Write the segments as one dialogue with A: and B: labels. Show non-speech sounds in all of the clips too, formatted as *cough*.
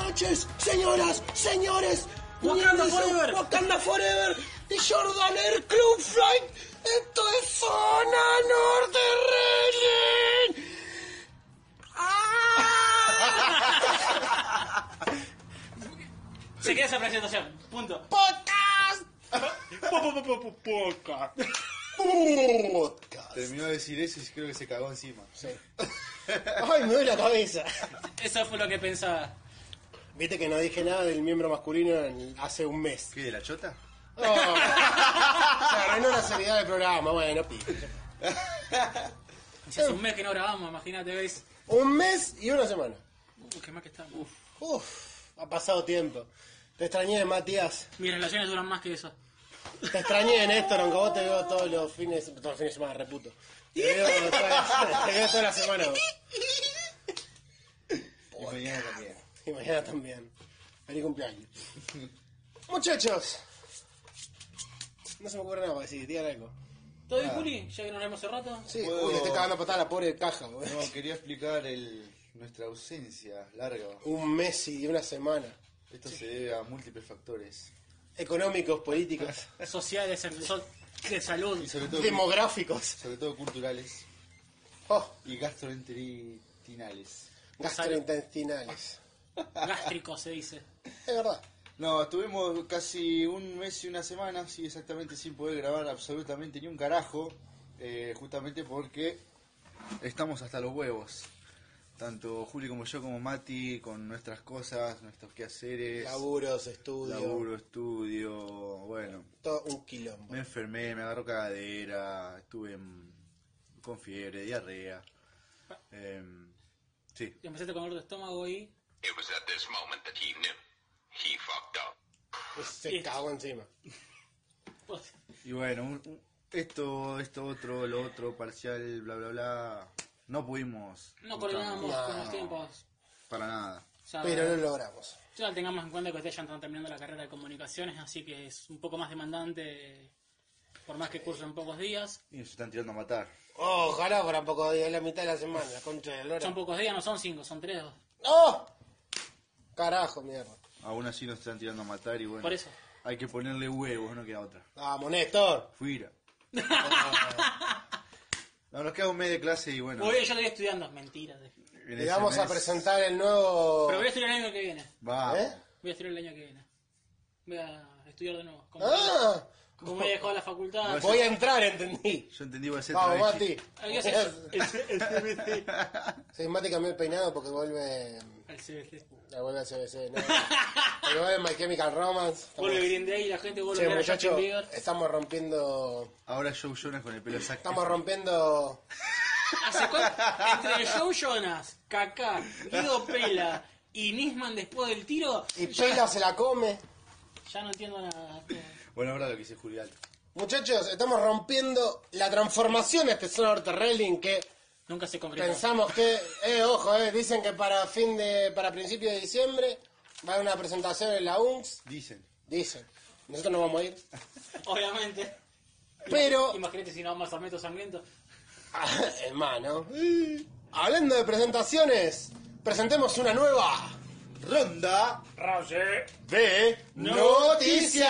A: noches, señoras, señores.
B: Wakanda
A: Bienvenidos a
B: Forever.
A: Wakanda Forever. The Jordan Air Club Flight. Esto es Zona Norte Reyes. ¡Ah! *laughs*
B: Se queda esa presentación. Punto.
A: Podcast. Podcast.
C: Terminó de decir eso y creo que se cagó encima.
A: Ay, me duele la cabeza.
B: Eso fue lo que pensaba.
A: Viste que no dije nada del miembro masculino en- hace un mes.
C: ¿Qué, de la chota?
A: Oh, se arruinó la seriedad del programa, bueno, pi.
B: Si hace un mes que no grabamos, imagínate, ¿ves?
A: Un mes y una semana.
B: Uh, qué más que estamos. Uf.
A: Uf, ha pasado tiempo. Te extrañé, Matías.
B: Mis relaciones duran más que eso.
A: Te extrañé, Néstor, aunque vos te veo todos los fines, todos los fines de semana, reputo. Te veo, toda- te veo toda la semana. vos.
C: Y mañana también.
A: Y mañana también. Feliz cumpleaños. Muchachos. No se me ocurre nada para decir, digan algo.
B: ¿Todo bien, Juli? Ya que nos vemos hace rato.
A: Sí,
C: Puedo-
A: uy, le estoy cagando patada a la pobre caja, boludo.
C: No, quería explicar el, nuestra ausencia larga.
A: Un mes y una semana.
C: Esto se debe a múltiples factores.
A: Económicos, políticos,
B: Sociales, en- so- de
C: Y
B: salud.
C: sobre todo,
A: demográficos.
C: sobre todo culturales
A: Oh,
C: y gastrointestinales.
A: gastrointestinales.
B: Gástrico, se dice.
A: Es verdad.
C: No, estuvimos casi un mes y una semana, sí, exactamente, sin poder grabar absolutamente ni un carajo, eh, justamente porque estamos hasta los huevos. Tanto Juli como yo, como Mati, con nuestras cosas, nuestros quehaceres,
A: Laburos, estudio,
C: laburo, estudio, bueno.
A: todo un quilombo.
C: Me enfermé, me agarró cagadera, estuve en- con fiebre, diarrea. em, sí,
B: Y empezaste con dolor de estómago y...
D: It was at this moment that he knew. He fucked up.
A: Se cagó encima.
B: Pues,
C: Y bueno, un- un- esto, esto otro, lo otro, parcial, bla, bla, bla. No pudimos.
B: no
C: juntarnos.
B: coordinamos con los
C: No,
B: tiempos.
C: Para nada.
B: O sea,
A: Pero lo logramos.
B: ya tengamos en cuenta que ustedes ya están terminando la carrera de comunicaciones, así que es un poco más demandante, por más que cursen pocos días.
C: Y nos están tirando a matar.
A: Oh, ojalá fuera poco de la mitad de la semana, la concha de
B: Son
A: lora.
B: pocos días, no son cinco, son tres.
A: ¡Oh! Carajo, mierda.
C: Aún así nos están tirando a matar y bueno.
B: Por eso.
C: Hay que ponerle huevos, no queda otra.
A: Vamos, Néstor.
B: *laughs*
C: Fuira. No, nos queda un mes de clase y bueno.
B: Oye, yo lo voy estudiando. Mentira. de-
C: en
A: Le
C: ese
A: vamos a
C: mes-
A: presentar el nuevo.
B: Pero voy a estudiar el año que viene.
C: Vamos.
A: ¿Eh?
B: Voy a estudiar el año que viene. Voy a estudiar de nuevo. Como,
A: ¡Ah!
B: como he dejado la facultad.
A: Voy a entrar, entendí.
C: Yo entendí, voy a ser
A: Vamos, Mati.
C: travesti.
B: Hay
A: *laughs*
B: que hacer-
A: Sí, Mati cambió el peinado porque vuelve. mm,
B: Al CBC.
A: La vuelve a CBC, *laughs* ¿no? Porque vuelve My Chemical Romance. Estamos-
B: Vuelve Green Day y la gente vuelve
A: Che,
B: a ver a Justin
A: muchachos,
B: Bieber.
A: estamos rompiendo.
C: Ahora Joe Jonas con el pelo saco.
A: Estamos rompiendo.
B: ¿Hace cuánto? Entre Joe Jonas, Kaká, Guido Pela y Nisman después del tiro,
A: Y Pela se la come.
B: ya no entiendo nada.
C: Bueno, ahora lo que dice Julián.
A: Muchachos, estamos rompiendo la transformación de este Sonar Railing que
B: Nunca se concretó.
A: pensamos que, eh, ojo, eh, dicen que para fin de, para principio de diciembre va a haber una presentación en la UNCS,
C: Dicen.
A: dicen, nosotros no vamos a ir,
B: Obviamente.
A: pero, *laughs*
B: Imagínate si no vamos a Sarmiento Sangriento.
A: hermano, hablando de presentaciones, presentemos una nueva
C: Ronda
A: de
C: noticias.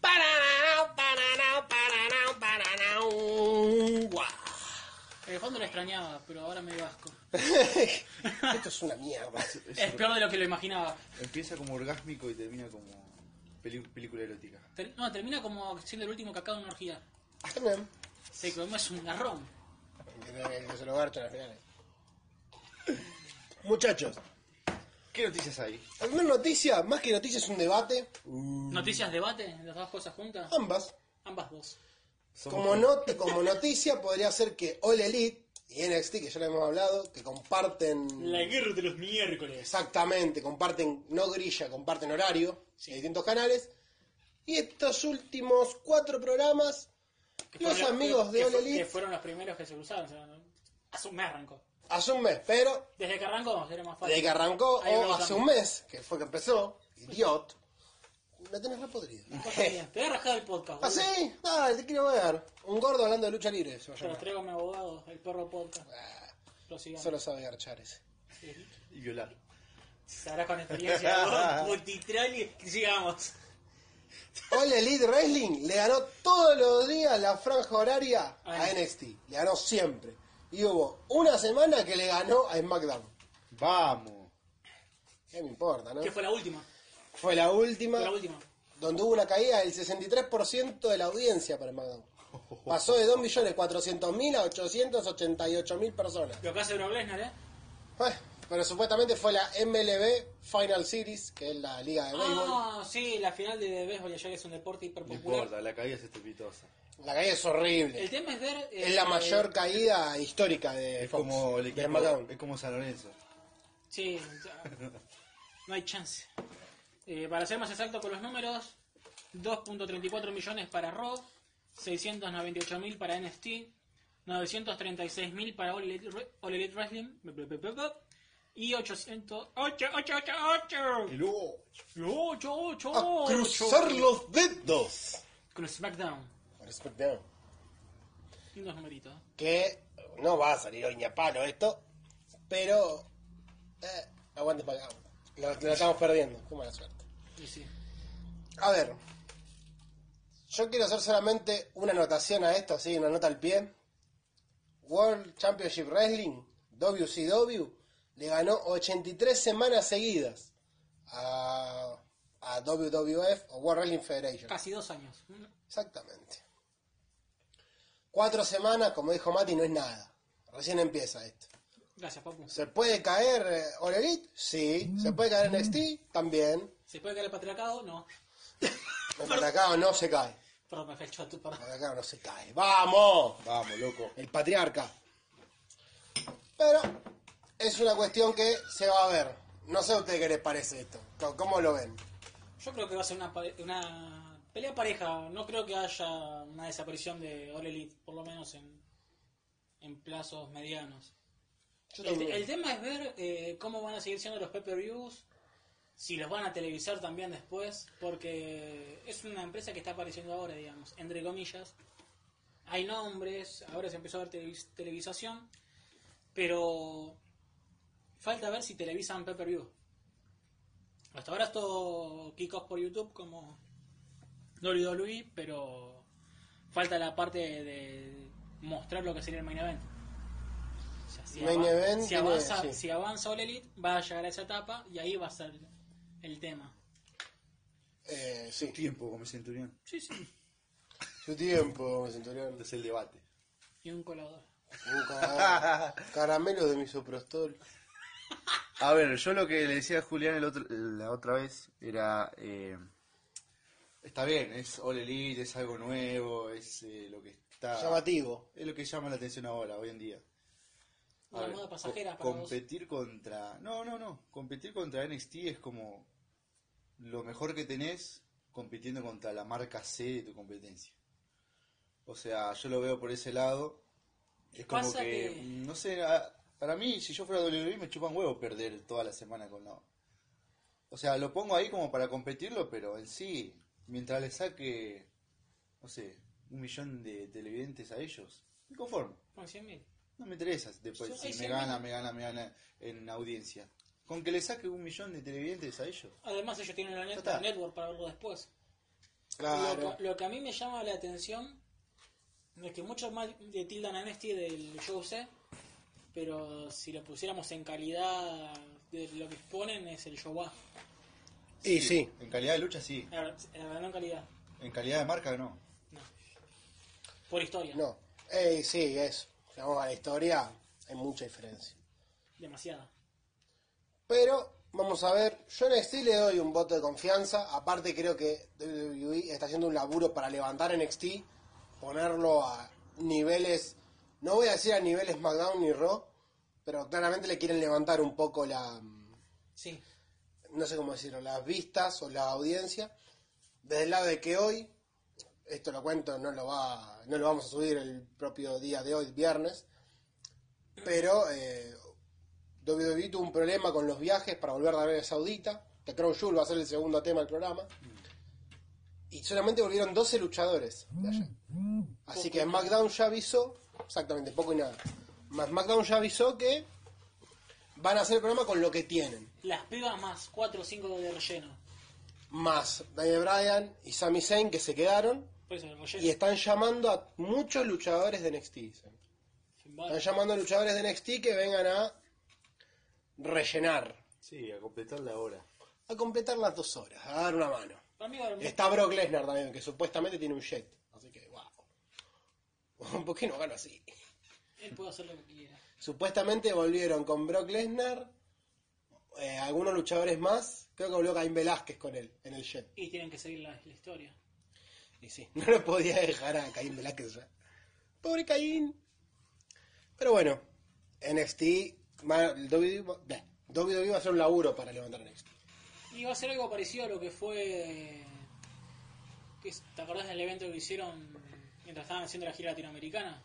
A: Paranau, paranau, paranau, paranau. Guau. *laughs*
B: En el fondo lo extrañaba, pero ahora me dio asco.
A: Esto es una mierda.
B: Es peor de lo que lo imaginaba.
C: Empieza como orgásmico y termina como peli- película erótica.
B: Ter- no, termina como siendo el último Kaká de una orgía.
A: También.
B: Se comió es un garrón.
A: Que- que se lo garchan al final. Muchachos,
C: ¿Qué noticias hay?
A: alguna noticia, más que noticia es un debate,
B: Noticias, debate, las dos cosas juntas.
A: ambas.
B: Ambas dos.
C: Somos
A: Como, not- como noticia podría ser que All Elite y NXT, que ya lo hemos hablado, que comparten...
B: guerra de los miércoles.
A: Exactamente, comparten, no grilla, comparten horario en distintos canales. Y estos últimos cuatro programas, los amigos de All
B: Que
A: Elite,
B: fueron los primeros que se cruzaron. o sea, ¿no? Hace un mes arrancó.
A: hace un mes, pero
B: Desde que arrancó era más fácil.
A: Desde que arrancó,
B: Ahí
A: o
B: lo
A: hace
B: cambié.
A: un mes, que fue que empezó, idiot, la tenés repodrida.
B: Cosa bien. Te voy a rascar el podcast.
A: ¿Ah,
B: boludo.
A: sí? Dale, te quiero ver. Un gordo hablando de lucha libre, se va a
B: Pero
A: llamar.
B: traigo a mi abogado, el perro podcast. Lo sigamos.
A: Solo sabe garchar ese.
C: y violar.
B: Sabrás
A: *laughs*
B: con experiencia, vos, Multitrol y llegamos.
A: All Elite Wrestling le ganó todos los días la franja horaria a
B: Ay.
A: NXT. Le ganó siempre. Y hubo una semana que le ganó a SmackDown.
C: Vamos.
A: ¿Qué me importa, no?
B: Que fue la última.
A: Fue la última,
B: Fue la última.
A: donde hubo una caída del 63% de la audiencia para
B: *laughs*
A: SmackDown. Pasó de 2.400.000 a 888.000 personas.
B: Lo que hace Brock Lesnar, ¿eh?
A: Eh, Pero supuestamente fue la MLB Final Series, que es la liga de béisbol.
B: Ah, sí, la final de béisbol ya que es un deporte hiper
C: No
B: popular.
C: importa, la caída es estrepitosa.
A: La caída es horrible.
B: El tema es ver. eh,
A: Es la mayor caída histórica de
C: Es
A: Eh, Fox,
C: como el
A: de
C: equipo,
A: SmackDown.
C: es como San Lorenzo.
B: Sí, ya. no hay chance. Eh, para ser más exacto con los números, 2.34 millones para Raw, 698.000 para NST, 936.000 para All Elite, Re- All Elite Wrestling y 800... ¡Ocho, ocho, ocho, ocho! ¡Ocho, ocho,
A: A
B: ocho!
A: cruzar los dedos.
B: Con el SmackDown.
A: Con SmackDown.
B: Lindos numeritos.
A: Que no va a salir hoy ni a palo esto, pero eh, aguante SmackDown. Lo, lo estamos perdiendo, qué mala suerte.
B: Y sí.
A: A ver, yo quiero hacer solamente una anotación a esto, así, una nota al pie. World Championship Wrestling, WCW, le ganó 83 semanas seguidas a, a WWF o World Wrestling Federation.
B: Casi dos años.
A: Exactamente. Cuatro semanas, como dijo Mati, no es nada. Recién empieza esto.
B: Gracias, Papu.
A: ¿Se puede caer eh, All Elite? Sí. ¿Se puede caer NXT? También.
B: ¿Se puede caer el patriarcado? No.
A: El patriarcado no se cae.
B: Perdón, me fue el choto,
A: El
B: perdón.
A: patriarcado no se cae. ¡Vamos!
C: Vamos, loco.
A: El patriarca. Pero es una cuestión que se va a ver. No sé a ustedes qué les parece esto. ¿Cómo- ¿Cómo lo ven?
B: Yo creo que va a ser una, pare- una pelea pareja. No creo que haya una desaparición de All Elite, por lo menos en, en plazos medianos.
A: Yo
B: El,
A: también.
B: el tema es ver eh, cómo van a seguir siendo los pay-per-views, si los van a televisar también después, porque es una empresa que está apareciendo ahora, digamos, entre comillas. Hay nombres, ahora se empezó a ver televis- televisación, pero falta ver si televisan pay-per-view. Hasta ahora es todo kickoff por YouTube como WWE, pero falta la parte de mostrar lo que sería el main event. O sea, si,
A: Main
B: ava-
A: event
B: si
A: tiene-
B: avanza,
A: sí.
B: si avanza All Elite, va a llegar a esa etapa y ahí va a ser el tema.
A: Eh, sí.
C: Tiempo como centurión. Este
B: Sí, sí.
A: Su tiempo, centurión.
C: Es el debate.
B: Y un colador.
A: Un *laughs* ca- Caramelo de misoprostol.
C: A ver, yo lo que le decía a Julián el otro- la otra vez era... eh, está bien, es All Elite, es algo nuevo, es eh, lo que está...
A: Llamativo.
C: Es lo que llama la atención ahora, hoy en día. A
B: Una
C: ver,
B: moda
C: co-
B: pasajera para vos.
C: competir contra... No, no, no. Competir contra NXT es como lo mejor que tenés compitiendo contra la marca C de tu competencia. O sea, yo lo veo por ese lado. Es como
B: Pasa
C: que, mm,
B: que-
C: No sé, a- para mí, si yo fuera WWE me chupan huevo perder toda la semana con la... O sea, lo pongo ahí como para competirlo, pero en sí, mientras le saque, no sé, un millón de televidentes a ellos, me conformo.
B: Con 100.000.
C: No me interesa después
B: Sí,
C: si
B: sí,
C: me
B: sí.
C: gana, me gana, me gana en audiencia. Con que le saque un millón de televidentes a ellos.
B: Además ellos tienen la net-
C: está.
B: network para verlo después. Lo,
A: Claro.
B: que- lo que a mí me llama la atención es que muchos más de tildan a Nesty del show C, pero si lo pusiéramos en calidad de lo que exponen es el show A.
A: Y sí.
C: En calidad de lucha sí,
B: A ver, a ver, no en calidad,
C: en calidad de marca no.
B: no. Por historia,
A: No. Eh, sí, eso. Si vamos a la historia, hay mucha diferencia.
B: demasiada.
A: Pero vamos a ver, yo en NXT le doy un voto de confianza. Aparte creo que WWE está haciendo un laburo para levantar NXT, ponerlo a niveles, no voy a decir a niveles SmackDown ni Raw, pero claramente le quieren levantar un poco la, mm,
B: Sí,
A: no sé cómo decirlo, las vistas o la audiencia. Desde el lado de que hoy, esto lo cuento, no lo va, no lo vamos a subir el propio día de hoy, viernes, pero eh, WWE tuvo un problema con los viajes para volver de Arabia Saudita, que Crown Jewel va a ser el segundo tema del programa. Y solamente volvieron 12 luchadores de allá. Así que SmackDown ya avisó, exactamente, poco y nada. Más SmackDown ya avisó que van a hacer el programa con lo que tienen.
B: Las pibas más 4 o 5 de relleno.
A: Más Daniel Bryan y Sami Zayn que se quedaron
B: Por eso, el relleno.
A: y este están llamando a muchos luchadores de NXT. dicen.
B: Finn Balor.
A: Están llamando a luchadores de NXT que vengan a rellenar,
E: Sí, a completar la hora.
A: a completar las dos horas, a dar una mano.
B: Para mí va a haber
A: Está Brock Lesnar también, que supuestamente tiene un jet. Así que, wow. *laughs* ¿Por qué no gano así?
B: Él puede hacer lo que quiera.
A: Supuestamente volvieron con Brock Lesnar, eh, algunos luchadores más. Creo que volvió Caín Velázquez con él, en el jet.
B: Y tienen que seguir la, la historia.
A: Y sí, *laughs* no lo podía dejar a Caín Velázquez ya. Pobre Caín. Pero bueno, NXT, va- el WWE va- bleh, WWE va a hacer un laburo para levantar NXT.
B: Y va a ser algo parecido a lo que fue. que es- ¿Te acordás del evento que hicieron mientras estaban haciendo la gira latinoamericana?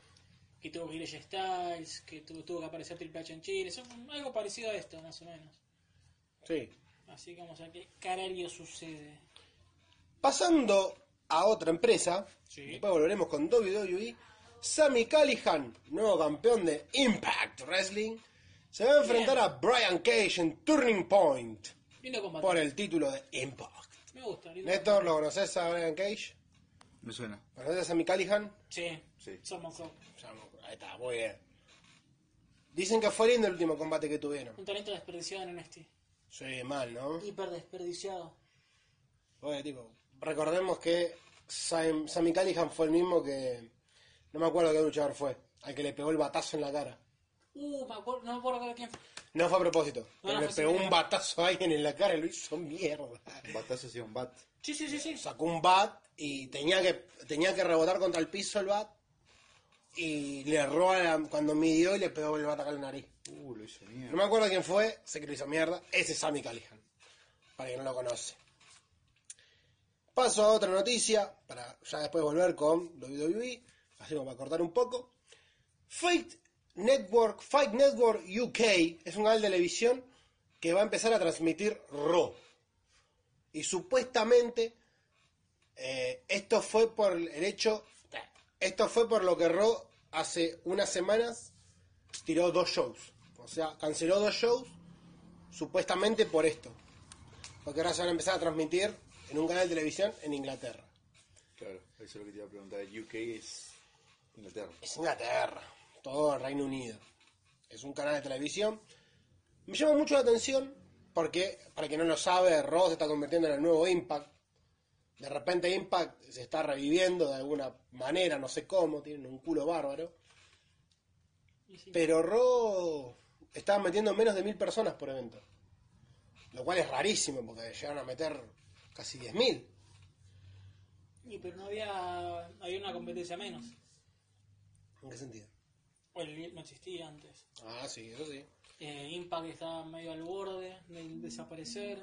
B: Que tuvo que ir AJ Styles, que tuvo, tuvo que aparecer Triple H en Chile. Eso fue algo parecido a esto, más o menos.
A: Sí.
B: Así que vamos a ver qué carajo sucede.
A: Pasando a otra empresa,
B: Sí.
A: después volveremos con WWE, Sammy Callihan, nuevo campeón de Impact Wrestling, se va a enfrentar a Brian Cage en Turning Point
B: Lindo combate.
A: por el título de Impact.
B: Me gusta, lindo
A: Néstor, ¿lo conoces a Brian Cage?
C: Me suena.
A: ¿Conoces a Sammy Callihan?
B: Sí,
C: Sí.
B: somos dos.
A: Ahí está, muy bien. Dicen que fue lindo el último combate que tuvieron.
B: Un talento desperdiciado en NXT.
A: Sí, mal, ¿no?
B: Hiper desperdiciado.
A: Oye, tipo, recordemos que Sam- Sammy Callihan fue el mismo que. No me acuerdo qué luchador fue. Al que le pegó el batazo en la cara.
B: Uh, me acuerdo, no me acuerdo quién fue.
A: No fue a propósito. Pero
B: no
A: le
B: fue
A: pegó
B: sin
A: un
B: querer.
A: batazo a alguien en la cara y lo hizo mierda.
C: Batazo y un bat.
B: Sí, sí, sí, sí.
A: Sacó un bat y tenía que, tenía que rebotar contra el piso el bat. Y le erró a la- cuando midió y le pegó el bat acá en la nariz.
C: Uh, lo hizo
A: No
C: mierda.
A: me acuerdo quién fue, sé que lo hizo mierda. Ese es Sammy Callihan. Para quien no lo conoce. Paso a otra noticia, para ya después volver con WWE, así como para cortar un poco. Fight Network, Fight Network UK es un canal de televisión que va a empezar a transmitir Raw. Y supuestamente eh, esto fue por el hecho, esto fue por lo que Raw hace unas semanas tiró dos shows. O sea, canceló dos shows supuestamente por esto. Porque ahora se van a empezar a transmitir en un canal de televisión en Inglaterra.
C: Claro, eso es lo que te iba a preguntar. El UK es Inglaterra.
A: Es Inglaterra, todo el Reino Unido. Es un canal de televisión. Me llama mucho la atención porque, para quien no lo sabe, Raw se está convirtiendo en el nuevo Impact. De repente Impact se está reviviendo de alguna manera, no sé cómo, tienen un culo bárbaro.
B: Y sí.
A: Pero Raw estaba metiendo menos de mil personas por evento. Lo cual es rarísimo porque llegaron a meter casi 10.000.
B: Y, pero no había, había una competencia menos.
A: ¿En qué sentido?
B: O el no existía antes.
A: Ah, sí, eso sí.
B: Eh, Impact estaba medio al borde del desaparecer.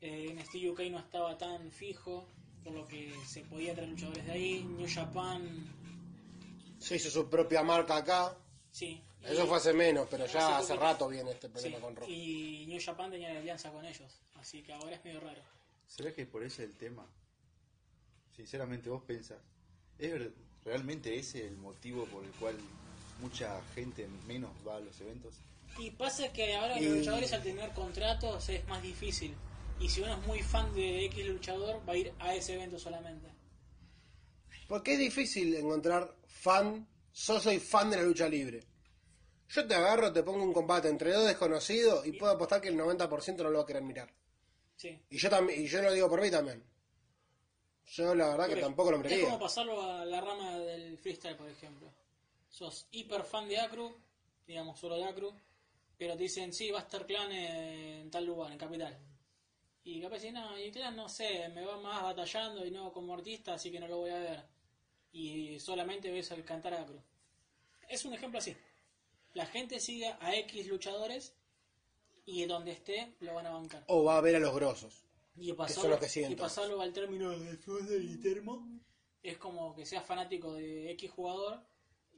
B: Eh, NXT UK no estaba tan fijo, por lo que se podía traer luchadores de ahí. New Japan,
A: Se hizo su propia marca acá.
B: sí. Y-
A: Eso fue hace menos, pero ya
B: Hace
A: hace
B: poco.
A: rato viene este
B: sí,
A: problema con Raw.
B: Y New Japan tenía la alianza con ellos, así que ahora es medio raro.
C: ¿Será que por ese es el tema? Sinceramente, vos pensás. ¿Es ver- realmente ese el motivo por el cual mucha gente menos va a los eventos?
B: Y pasa que ahora
A: Y-
B: los luchadores al tener contratos es más difícil. Y si uno es muy fan de X luchador, va a ir a ese evento solamente.
A: Porque es difícil encontrar fan. Yo soy fan de la lucha libre. Yo te agarro, te pongo un combate entre dos desconocidos y puedo apostar que el 90% no lo va a querer mirar.
B: Sí.
A: Y yo también, y yo lo digo por mí también. Yo la verdad que
B: Pero
A: tampoco lo
B: Es
A: miraría.
B: como pasarlo a la rama del freestyle, por ejemplo. Sos hiper fan de Acru, digamos solo de Acru, pero te dicen, sí, va a estar clan en tal lugar, en capital. Y capaz decís, no, y clan no sé, me va más batallando y no como artista, así que no lo voy a ver. Y solamente ves al cantar a Acru. Es un ejemplo así. La gente sigue a X luchadores y donde esté lo van a bancar.
A: O va a ver a los grosos.
B: Y
A: son
B: pasarlo,
A: los que siguen
B: y
A: todos.
B: pasarlo al término de fútbol y termo es como que seas fanático de X jugador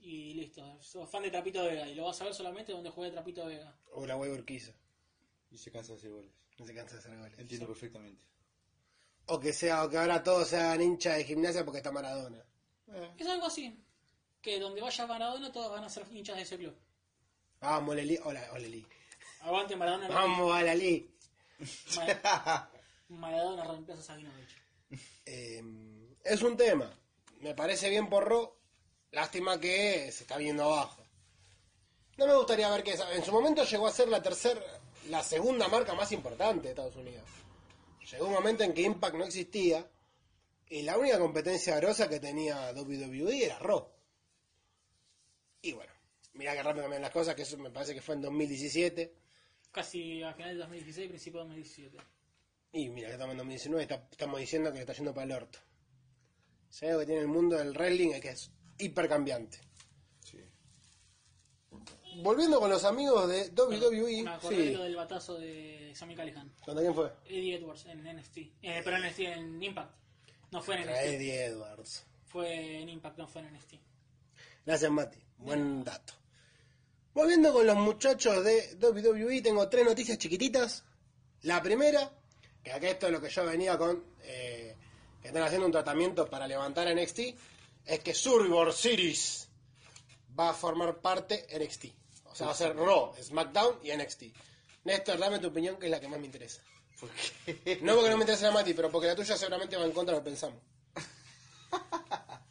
B: y listo. Sos fan de Trapito Vega y lo vas a ver solamente donde juegue Trapito Vega.
A: O la wey Urquiza.
C: Y se cansa de hacer goles.
A: No se cansa de hacer goles.
C: Entiendo perfectamente.
A: O que sea, o que ahora todos sean hinchas de gimnasia porque está Maradona. Eh.
B: Es algo así. Que donde vaya Maradona todos van a ser hinchas de ese club.
A: Vamos, Leli. Hola, Oleli.
B: Aguante Maradona.
A: Vamos a la ley.
B: Ma- Maradona reemplaza a Sabinovich.
A: Eh, es un tema. Me parece bien por Ro. Lástima que se está viendo abajo. No me gustaría ver que esa- en su momento llegó a ser la tercera, la segunda marca más importante de Estados Unidos. Llegó un momento en que Impact no existía y la única competencia grosa que tenía WWE era Raw. Y bueno, mirá que rápido cambian las cosas, que eso me parece que fue en 2017
B: Casi a final de 2016, principio de 2017.
A: y mira que estamos en 2019 está- estamos diciendo que le está yendo para el orto. Se ve que tiene el mundo del wrestling es que es hipercambiante.
C: Sí.
A: Volviendo con los amigos de WWE,
B: Me acordé de
A: sí.
B: lo Ah, del batazo de Sammy Callihan.
A: ¿Contra quién fue?
B: Eddie Edwards en NXT. Eh, pero en NXT en Impact. No fue en
A: Contra
B: NXT.
A: Eddie Edwards.
B: Fue en Impact, no fue en NXT.
A: Gracias, Mati. Buen dato. Volviendo con los muchachos de WWE, tengo tres noticias chiquititas. La primera, que acá esto es lo que yo venía con, eh, que están haciendo un tratamiento para levantar a NXT, es que Survivor Series va a formar parte NXT. O sea, va a ser Raw, SmackDown y NXT. Néstor, dame tu opinión, que es la que más me interesa.
C: ¿Por qué?
A: No porque no me interese la Mati, pero porque la tuya seguramente va en contra de lo que pensamos.
C: *laughs*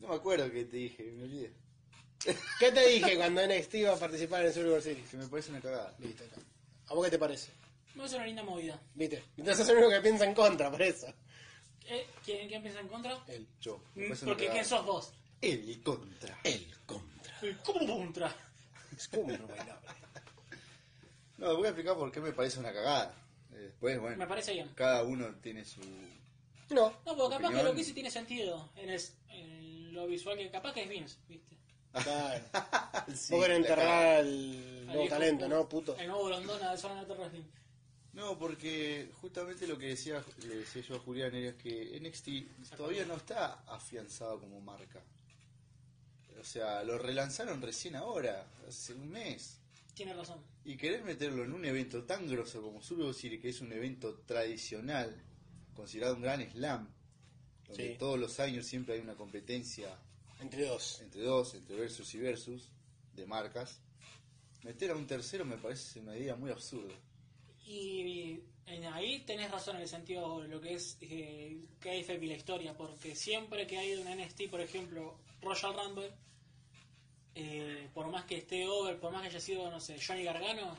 C: No me acuerdo que te dije, me olvidé.
A: ¿Qué te dije cuando NXT iba a participar en Survivor Series?
C: Que me parece una cagada.
A: Listo, acá. ¿A vos qué te parece?
B: No es una linda movida.
A: ¿Viste? Entonces es el único que piensa en contra, por eso.
B: Eh, ¿quién, quién piensa en contra?
A: El,
C: Yo. me
B: Mm,
C: parece una
B: Porque
C: cagada.
B: ¿quién sos vos?
C: El contra.
A: el contra.
B: ¿Cómo contra?
A: Es como un bailable.
C: No, voy a explicar por qué me parece una cagada. Eh, Después, bueno.
B: Me parece bien.
C: Cada uno tiene su.
A: No,
B: No, porque capaz que
C: Opinión.
B: lo que hice tiene sentido. En, es- en lo visual que capaz que es Vince, ¿viste?
A: *laughs* claro.
C: Sí,
A: Vos querés
C: la
A: enterrar al
C: cagada.
B: Al
A: nuevo
B: viejo Eh.
A: talento,
B: puto.
A: ¿no, puto?
B: El nuevo Londona de Zona de Wrestling.
C: No, porque justamente lo que decía, le decía yo a Julián era que NXT todavía no está afianzado como marca. O sea, lo relanzaron recién ahora, hace un mes.
B: Tiene razón.
C: Y querer meterlo en un evento tan grosso como Survivor Series, que es un evento tradicional, considerado un gran slam, donde
A: Sí.
C: todos los años siempre hay una competencia
A: Entre dos.
C: entre dos, entre versus y versus, de marcas. Meter a un tercero me parece una idea muy absurda.
B: Y en ahí tenés razón en el sentido de lo que es eh, KFF y la historia, porque siempre que hay un NXT, por ejemplo, Royal Rumble, eh, por más que esté over, por más que haya sido, no sé, Johnny Gargano,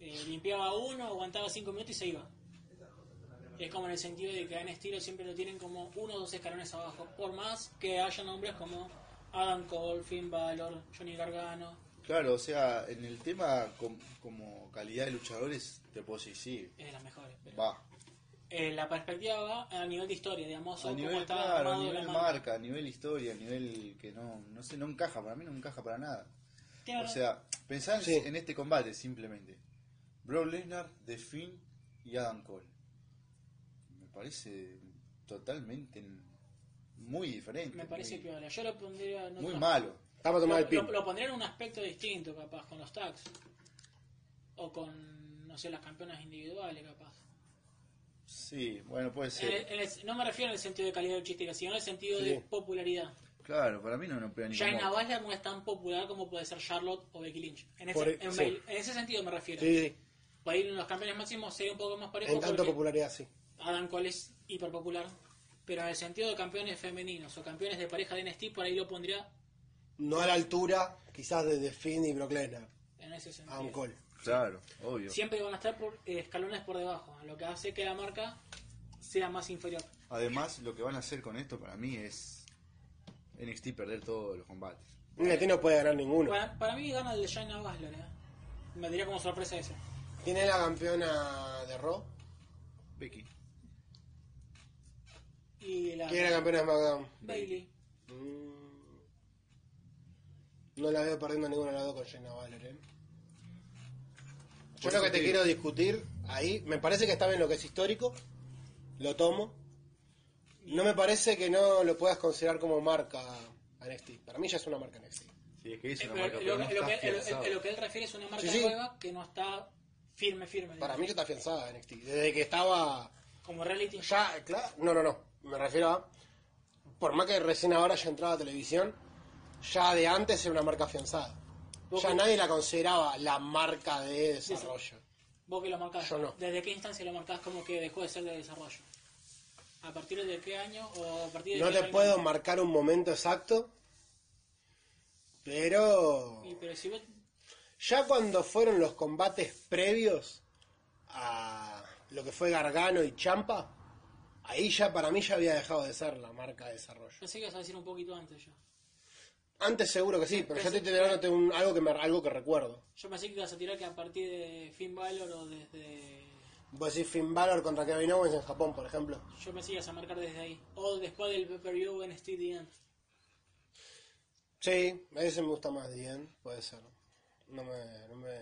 B: eh, limpiaba uno, aguantaba cinco minutos y se iba. Es como en el sentido de que a NXT lo siempre lo tienen como uno o dos escalones abajo, por más que haya nombres como Adam Cole, Finn Balor, Johnny Gargano,
C: Claro, o sea, en el tema com- como calidad de luchadores, te puedo decir, sí,
B: es de las mejores. pero-
C: va.
B: Eh, la perspectiva va a nivel de historia, digamos,
C: A
B: o cómo
C: nivel,
B: está
C: claro, a
B: armado
C: nivel
B: la marca.
C: marca, a nivel historia, a nivel que no, no sé, no encaja, para mí no encaja para nada.
B: Claro,
C: O sea, pensá en-
A: Sí.
C: en este combate simplemente. Brock Lesnar, The Finn y Adam Cole. Me parece totalmente muy diferente.
B: me parece
C: muy,
B: piola. Yo lo pondría en
C: eh, muy
B: otro-
C: malo.
A: Estamos
B: Lo,
A: tomando el pin.
B: lo- lo pondría en un aspecto distinto, capaz, con los tags. O con, no sé, las campeonas individuales, capaz.
C: Sí, bueno, puede
B: En
C: ser.
B: el- en el- no me refiero en el sentido de calidad logística, sino en el sentido de
A: Sí.
B: popularidad.
C: Claro, para mí no, no pega ni
B: Jaina
C: como-
B: Baszler no es tan popular como puede ser Charlotte o Becky Lynch. En ese,
A: Por e-
B: en
A: sí.
B: mail- en ese sentido me refiero.
A: Sí, sí.
B: Para ir en los campeones máximos sería un poco más parejo.
A: En tanto
B: porque-
A: popularidad, sí.
B: Adam Cole es hiper popular, pero en el sentido de campeones femeninos o campeones de pareja de NXT, por ahí lo pondría
A: No a la altura, quizás de The Finn y Brock Lesnar.
B: en ese
A: A
B: sentido.
A: un call.
C: Claro, obvio.
B: Siempre van a estar por eh, escalones por debajo, lo que hace que la marca sea más inferior.
C: Además, lo que van a hacer con esto para mí es NXT perder todos los combates.
A: NXT no puede ganar ninguno.
B: Para, para mí gana el de Shayna Baszler, eh. me diría como sorpresa esa.
A: ¿Quién es la campeona de Raw?
C: Becky.
B: Y la
A: ¿Quién es la campeona de SmackDown?
B: Bailey.
A: Mm. No la veo perdiendo ninguna de las dos con Jenna Valor, ¿eh? Yo
C: Por
A: lo
C: eso
A: que te
C: te
A: quiero discutir ahí, me parece que está bien lo que es histórico, lo tomo. No me parece que no lo puedas considerar como marca a NXT. Para mí ya es una marca NXT.
C: Sí, es que es
B: Eh,
C: una
B: pero
C: marca,
B: Lo
C: pero no
B: lo que
C: está
B: él-
C: afianzada.
B: lo que él refiere es una marca
A: Sí, sí.
B: nueva que no está firme, firme.
A: Para
B: digamos.
A: mí ya está afianzada NXT. Desde que estaba
B: Como reality.
A: ya, claro, no, no, no. Me refiero a, por más que recién ahora ya entraba a televisión, ya de antes era una marca afianzada.
B: Vos
A: Ya
B: que-
A: nadie la consideraba la marca de desarrollo.
B: Vos que lo marcás.
A: Yo no.
B: ¿Desde qué instancia lo marcás como que dejó de ser de desarrollo? ¿A partir de qué año o a partir de
A: No
B: qué
A: te
B: año?
A: puedo marcar un momento exacto, pero
B: Y, pero si vos...
A: ya cuando fueron los combates previos a lo que fue Gargano y Champa, ahí ya para mí ya había dejado de ser la marca de desarrollo.
B: Pensé que ibas a decir un poquito antes ya.
A: Antes seguro que sí, pero ya estoy tirándote un- algo que me, algo que recuerdo.
B: Yo pensé que ibas a tirar que a partir de Finn Balor o desde...
A: Vos decís Finn Balor contra Kevin Owens en Japón, por ejemplo.
B: Yo pensé que ibas a marcar desde ahí. O después del pay-per-view en Stadium.
A: Sí, ese me gusta más bien, puede ser. No me, no me,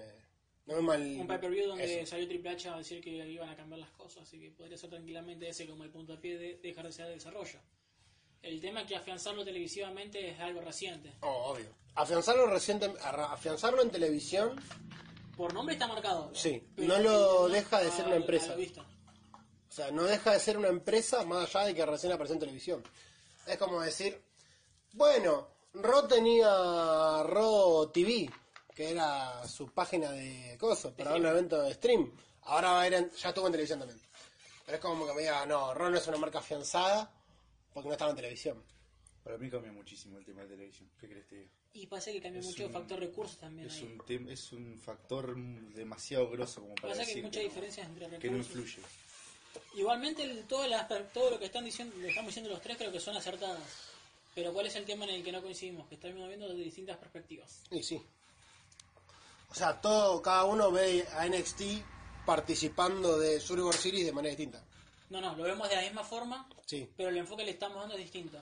A: no me mal.
B: Un pay-per-view donde
A: eso.
B: salió Triple H a decir que iban a cambiar las cosas, así que podría ser tranquilamente ese como el punto a pie de dejar de ser de desarrollo. El tema es que afianzarlo televisivamente es algo reciente.
A: Oh, obvio. Afianzarlo reciente, arra- afianzarlo en televisión,
B: Por nombre está marcado.
A: Sí,
B: pero
A: no lo
B: no
A: deja de ser una
B: a-
A: empresa.
B: ah, a la vista.
A: o sea, no deja de ser una empresa más allá de que recién apareció en televisión. Es como decir, bueno, Ro tenía Ro TV, que era su página de cosas para un evento de stream. Ahora va a ir en- ya estuvo en televisión también. Pero es como que me diga, no, Ro no es una marca afianzada porque no estaba en televisión.
C: Para mí cambia muchísimo el tema de televisión. ¿Qué crees que te diga?
B: Y pasa que cambia
C: Es
B: mucho
C: un-
B: factor recursos también
C: Es
B: ahí.
C: un, tem- es un factor demasiado grosso como para
B: Pasa que hay
C: decir
B: muchas
C: no-
B: diferencias entre recursos.
C: que no influye.
B: Igualmente el- todas las per- todo lo que están diciendo, lo estamos diciendo los tres creo que son acertadas. Pero cuál es el tema en el que no coincidimos, que estamos viendo desde distintas perspectivas.
A: Y sí. O sea, todo, cada uno ve a NXT participando de Survivor Series de manera distinta.
B: No, no, lo vemos de la misma forma,
A: Sí.
B: pero el enfoque que le estamos dando es distinto.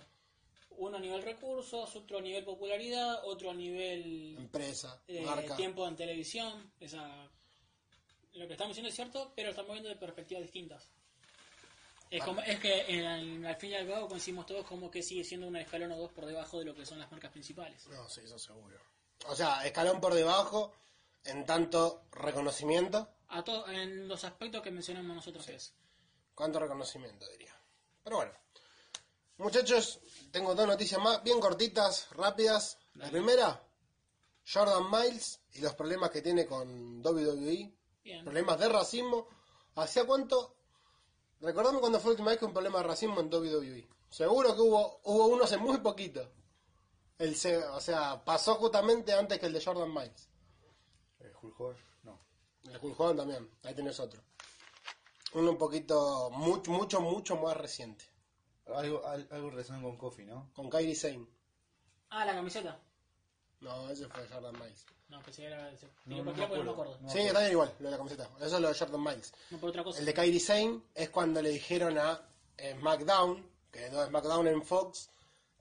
B: Uno a nivel recursos, otro a nivel popularidad, otro a nivel
A: Empresa,
B: eh,
A: marca.
B: tiempo en televisión. Esa... Lo que estamos diciendo es cierto, pero lo estamos viendo de perspectivas distintas. Es, como, es que en- en- al fin y al cabo coincidimos todos como que sigue siendo un escalón o dos por debajo de lo que son las marcas principales.
A: No, sí, eso seguro. O sea, escalón por debajo, en tanto reconocimiento.
B: A to- en los aspectos que mencionamos nosotros es.
A: ¿Cuánto reconocimiento, diría? Pero bueno. Muchachos, tengo dos noticias más, bien cortitas, rápidas. La primera, Jordan Miles y los problemas que tiene con E. WWE.
B: Bien.
A: Problemas de racismo. ¿Hacía cuánto? Recordame cuando fue la última vez que un problema de racismo en WWE. Seguro que hubo, hubo uno hace muy poquito. El, se- o sea, pasó justamente antes que el de Jordan Miles.
C: Eh, Hulk Hogan, no.
A: El Hulk Hogan también, ahí tenés otro. Uno un poquito, mucho, mucho, mucho más reciente.
C: Algo, al- algo relacionado con Coffee, ¿no?
A: Con Kyrie Sane.
B: Ah, la camiseta.
A: No, ese fue Jordan Miles.
B: No, pensé que era. se-
C: No,
B: digo, ¿por
C: no me
B: qué? Porque no me
C: acuerdo.
B: acuerdo.
C: No.
A: sí, está bien igual, lo de la camiseta. Eso es lo de Jordan Miles.
B: No por otra cosa.
A: El de Kyrie Sane es cuando le dijeron a eh, SmackDown, que no, SmackDown en Fox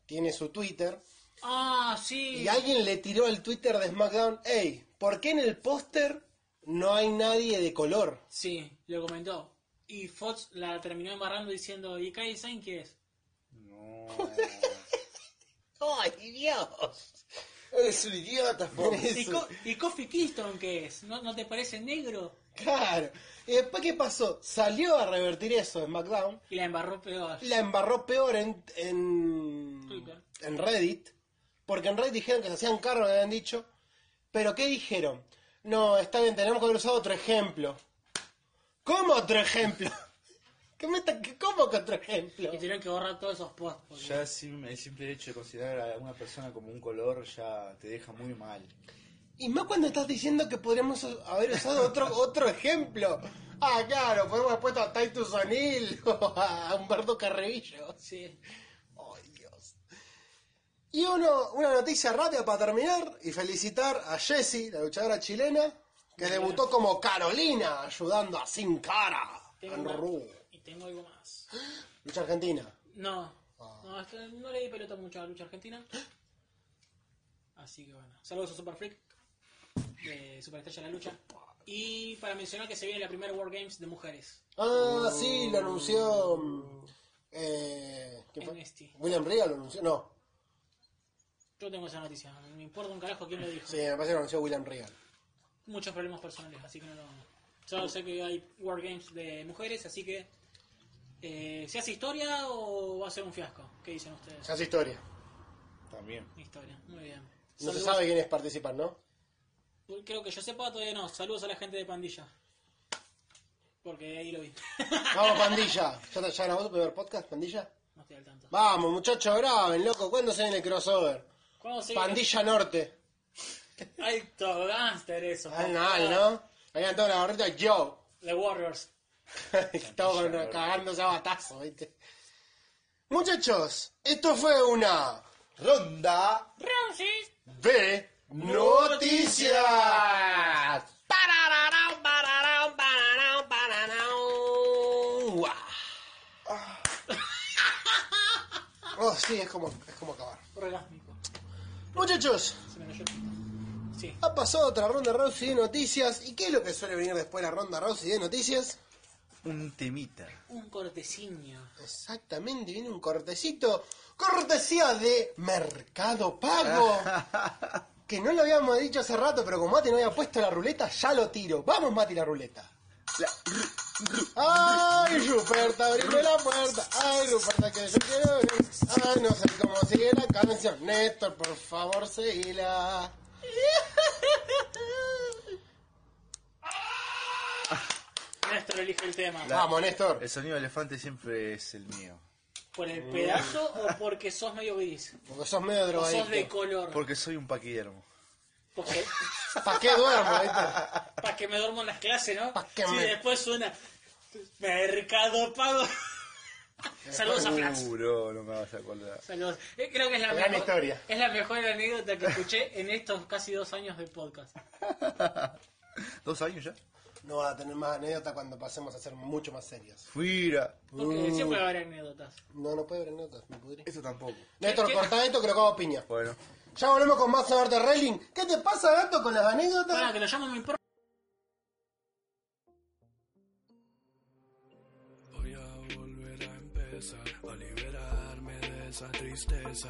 A: tiene su Twitter,
B: Ah, sí.
A: y alguien le tiró al Twitter de SmackDown, hey, ¿por qué en el póster no hay nadie de color?
B: Sí, lo comentó. Y Fox la terminó embarrando diciendo, ¿y Kai Sain qué es?
C: No.
A: ¡Ay, Dios!
C: Eres un idiota,
A: *laughs*
C: Fox.
B: *laughs* ¿Y, Co- y Kofi Kingston qué es? ¿No, ¿No te parece negro?
A: Claro. ¿Y después qué pasó? Salió a revertir eso SmackDown.
B: Y la embarró peor.
A: La embarró peor en, en,
B: Twitter.
A: en Reddit. Porque en Reddit dijeron que se hacían cargo, le habían dicho. Pero ¿qué dijeron? No, está bien, tenemos que haber usado otro ejemplo. ¿Cómo otro ejemplo? *laughs* ¿Qué me está- qué- ¿Cómo que otro ejemplo?
B: Y tuvieron que borrar todos esos posts. porque-
C: *laughs* Ya sim- el simple hecho de considerar a una persona como un color ya te deja muy mal.
A: Y más cuando estás diciendo que podríamos haber usado otro, otro ejemplo. Ah, claro, podemos haber puesto a Titus O'Neill *laughs* o a Humberto Carrevillo.
B: Sí.
A: Ay, Dios. Y uno, una noticia rápida para terminar y felicitar a Jessie, la luchadora chilena, que debutó como Carolina, ayudando a Sin Cara
B: Tengo
A: en
B: una-
A: Ru.
B: Y tengo algo más.
A: Lucha argentina.
B: No. No, es que no le di pelota mucho a la lucha argentina. Así que bueno. Saludos a Super Freak. De Superestrella de la Lucha. Y para mencionar que se viene la primera War Games de mujeres.
A: Ah, sí, lo anunció. mm, Eh, ¿quién fue?
B: NXT.
A: William Regal lo anunció. No,
B: Yo tengo esa noticia. No me importa un carajo quién lo dijo.
A: sí, me parece que lo anunció William Regal.
B: Muchos problemas personales, así que no lo... Solo sé que hay War Games de mujeres, así que... eh, ¿Se hace historia o va a ser un fiasco? ¿Qué dicen ustedes?
A: Se hace historia.
C: También.
B: Historia, muy bien.
A: No se
B: Saludos-
A: sabe quiénes participan, ¿no?
B: Creo que yo sepa todavía no. Saludos a la gente de Pandilla. Porque ahí lo vi. *laughs*
A: Vamos, pandilla. ¿Ya, te- ya grabó tu primer podcast, pandilla?
B: No estoy al tanto.
A: Vamos, muchachos, graben, loco. ¿Cuándo se viene el crossover?
B: ¿Cómo se
A: Pandilla Norte.
B: Alto gangster eso.
A: Al Nal, Ah, ¿no? Ahí anda toda la gorrita, yo. *laughs*
B: The Warriors.
A: Estaba con- cagándose a batazo, ¿viste? Muchachos, esto fue una ronda
B: Ramses.
A: de noticias. Parararau, pararau, pararau, pararau. Guau. *laughs* Oh, sí, es como, es como acabar.
B: Orgásmico.
A: Muchachos,
B: Se me cayó. Sí.
A: ha pasado otra ronda Rousey de noticias. ¿Y qué es lo que suele venir después de la ronda Rousey de noticias?
C: Un temita.
B: Un cortecinio.
A: Exactamente, viene un cortecito, cortesía de Mercado Pago. que no lo habíamos dicho hace rato, pero como Mati no había puesto la ruleta, ya lo tiro. Vamos, Mati, la ruleta. Ay, Ruperta, abrime la puerta. Ay, Ruperta, que yo quiero abrir. Ay, no sé cómo sigue la canción. Néstor, por favor, seguila.
B: Nuestro elige el tema.
A: Vamos, Néstor.
C: El sonido del elefante siempre es el mío.
B: ¿Por
A: Mm.
B: el pedazo o porque sos medio
A: *laughs*
B: gris?
A: Porque sos medio
B: O sos de
A: drogadicto.
B: color.
C: Porque soy un paquidermo.
B: Porque,
A: ¿Para qué
B: *laughs*
A: duermo, viste?
B: para que me duermo en las clases, ¿no?
A: Pa' que
B: si
A: me-
B: después suena Mercado Pago. Saludos a Flax.
C: Uh, no, no me vas a acordar.
B: Saludos. Eh, Creo que es la
A: Gran
B: mejor,
A: historia.
B: Es la mejor anécdota que escuché en estos casi dos años de podcast.
C: ¿Dos años ya?
A: No va a tener más anécdota cuando pasemos a ser mucho más serios.
C: Fuera.
B: Porque
A: Uh.
B: siempre va a haber anécdotas.
A: No, no puede haber notas, me pudrí.
C: Eso tampoco.
A: Néstor,
B: ¿Qué?
A: corta esto que lo cago a piña.
C: Bueno.
A: Ya volvemos con más saber de Railing. ¿Qué te pasa, gato, con las
B: Para
A: anécdotas?
B: que lo llamo mi pro.
F: Voy a volver a empezar, a liberarme de esa tristeza.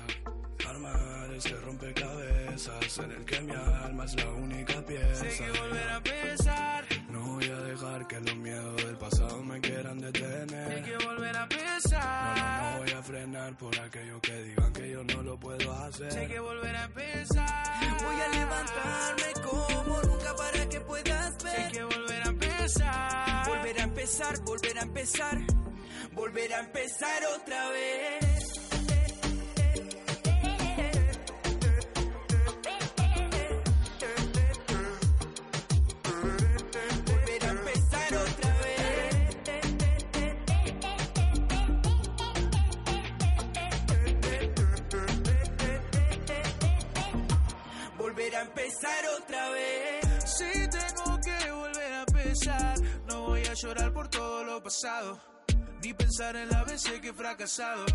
F: Armar este rompecabezas en el que mi alma es la única pieza. Sé que volver a empezar. No voy a dejar que los miedos del pasado me quieran detener. Sé que volver a empezar. No, no, no voy a frenar por aquello que digan que yo no lo puedo hacer. Sé que volver a empezar. Voy a levantarme como nunca para que puedas ver. Sé que volver a empezar. Volver a empezar, volver a empezar. Volver a empezar otra vez. Volver a empezar otra vez. volver a empezar otra vez. Si tengo que volver a empezar, no voy a llorar por todo lo pasado, ni pensar en las veces que he fracasado.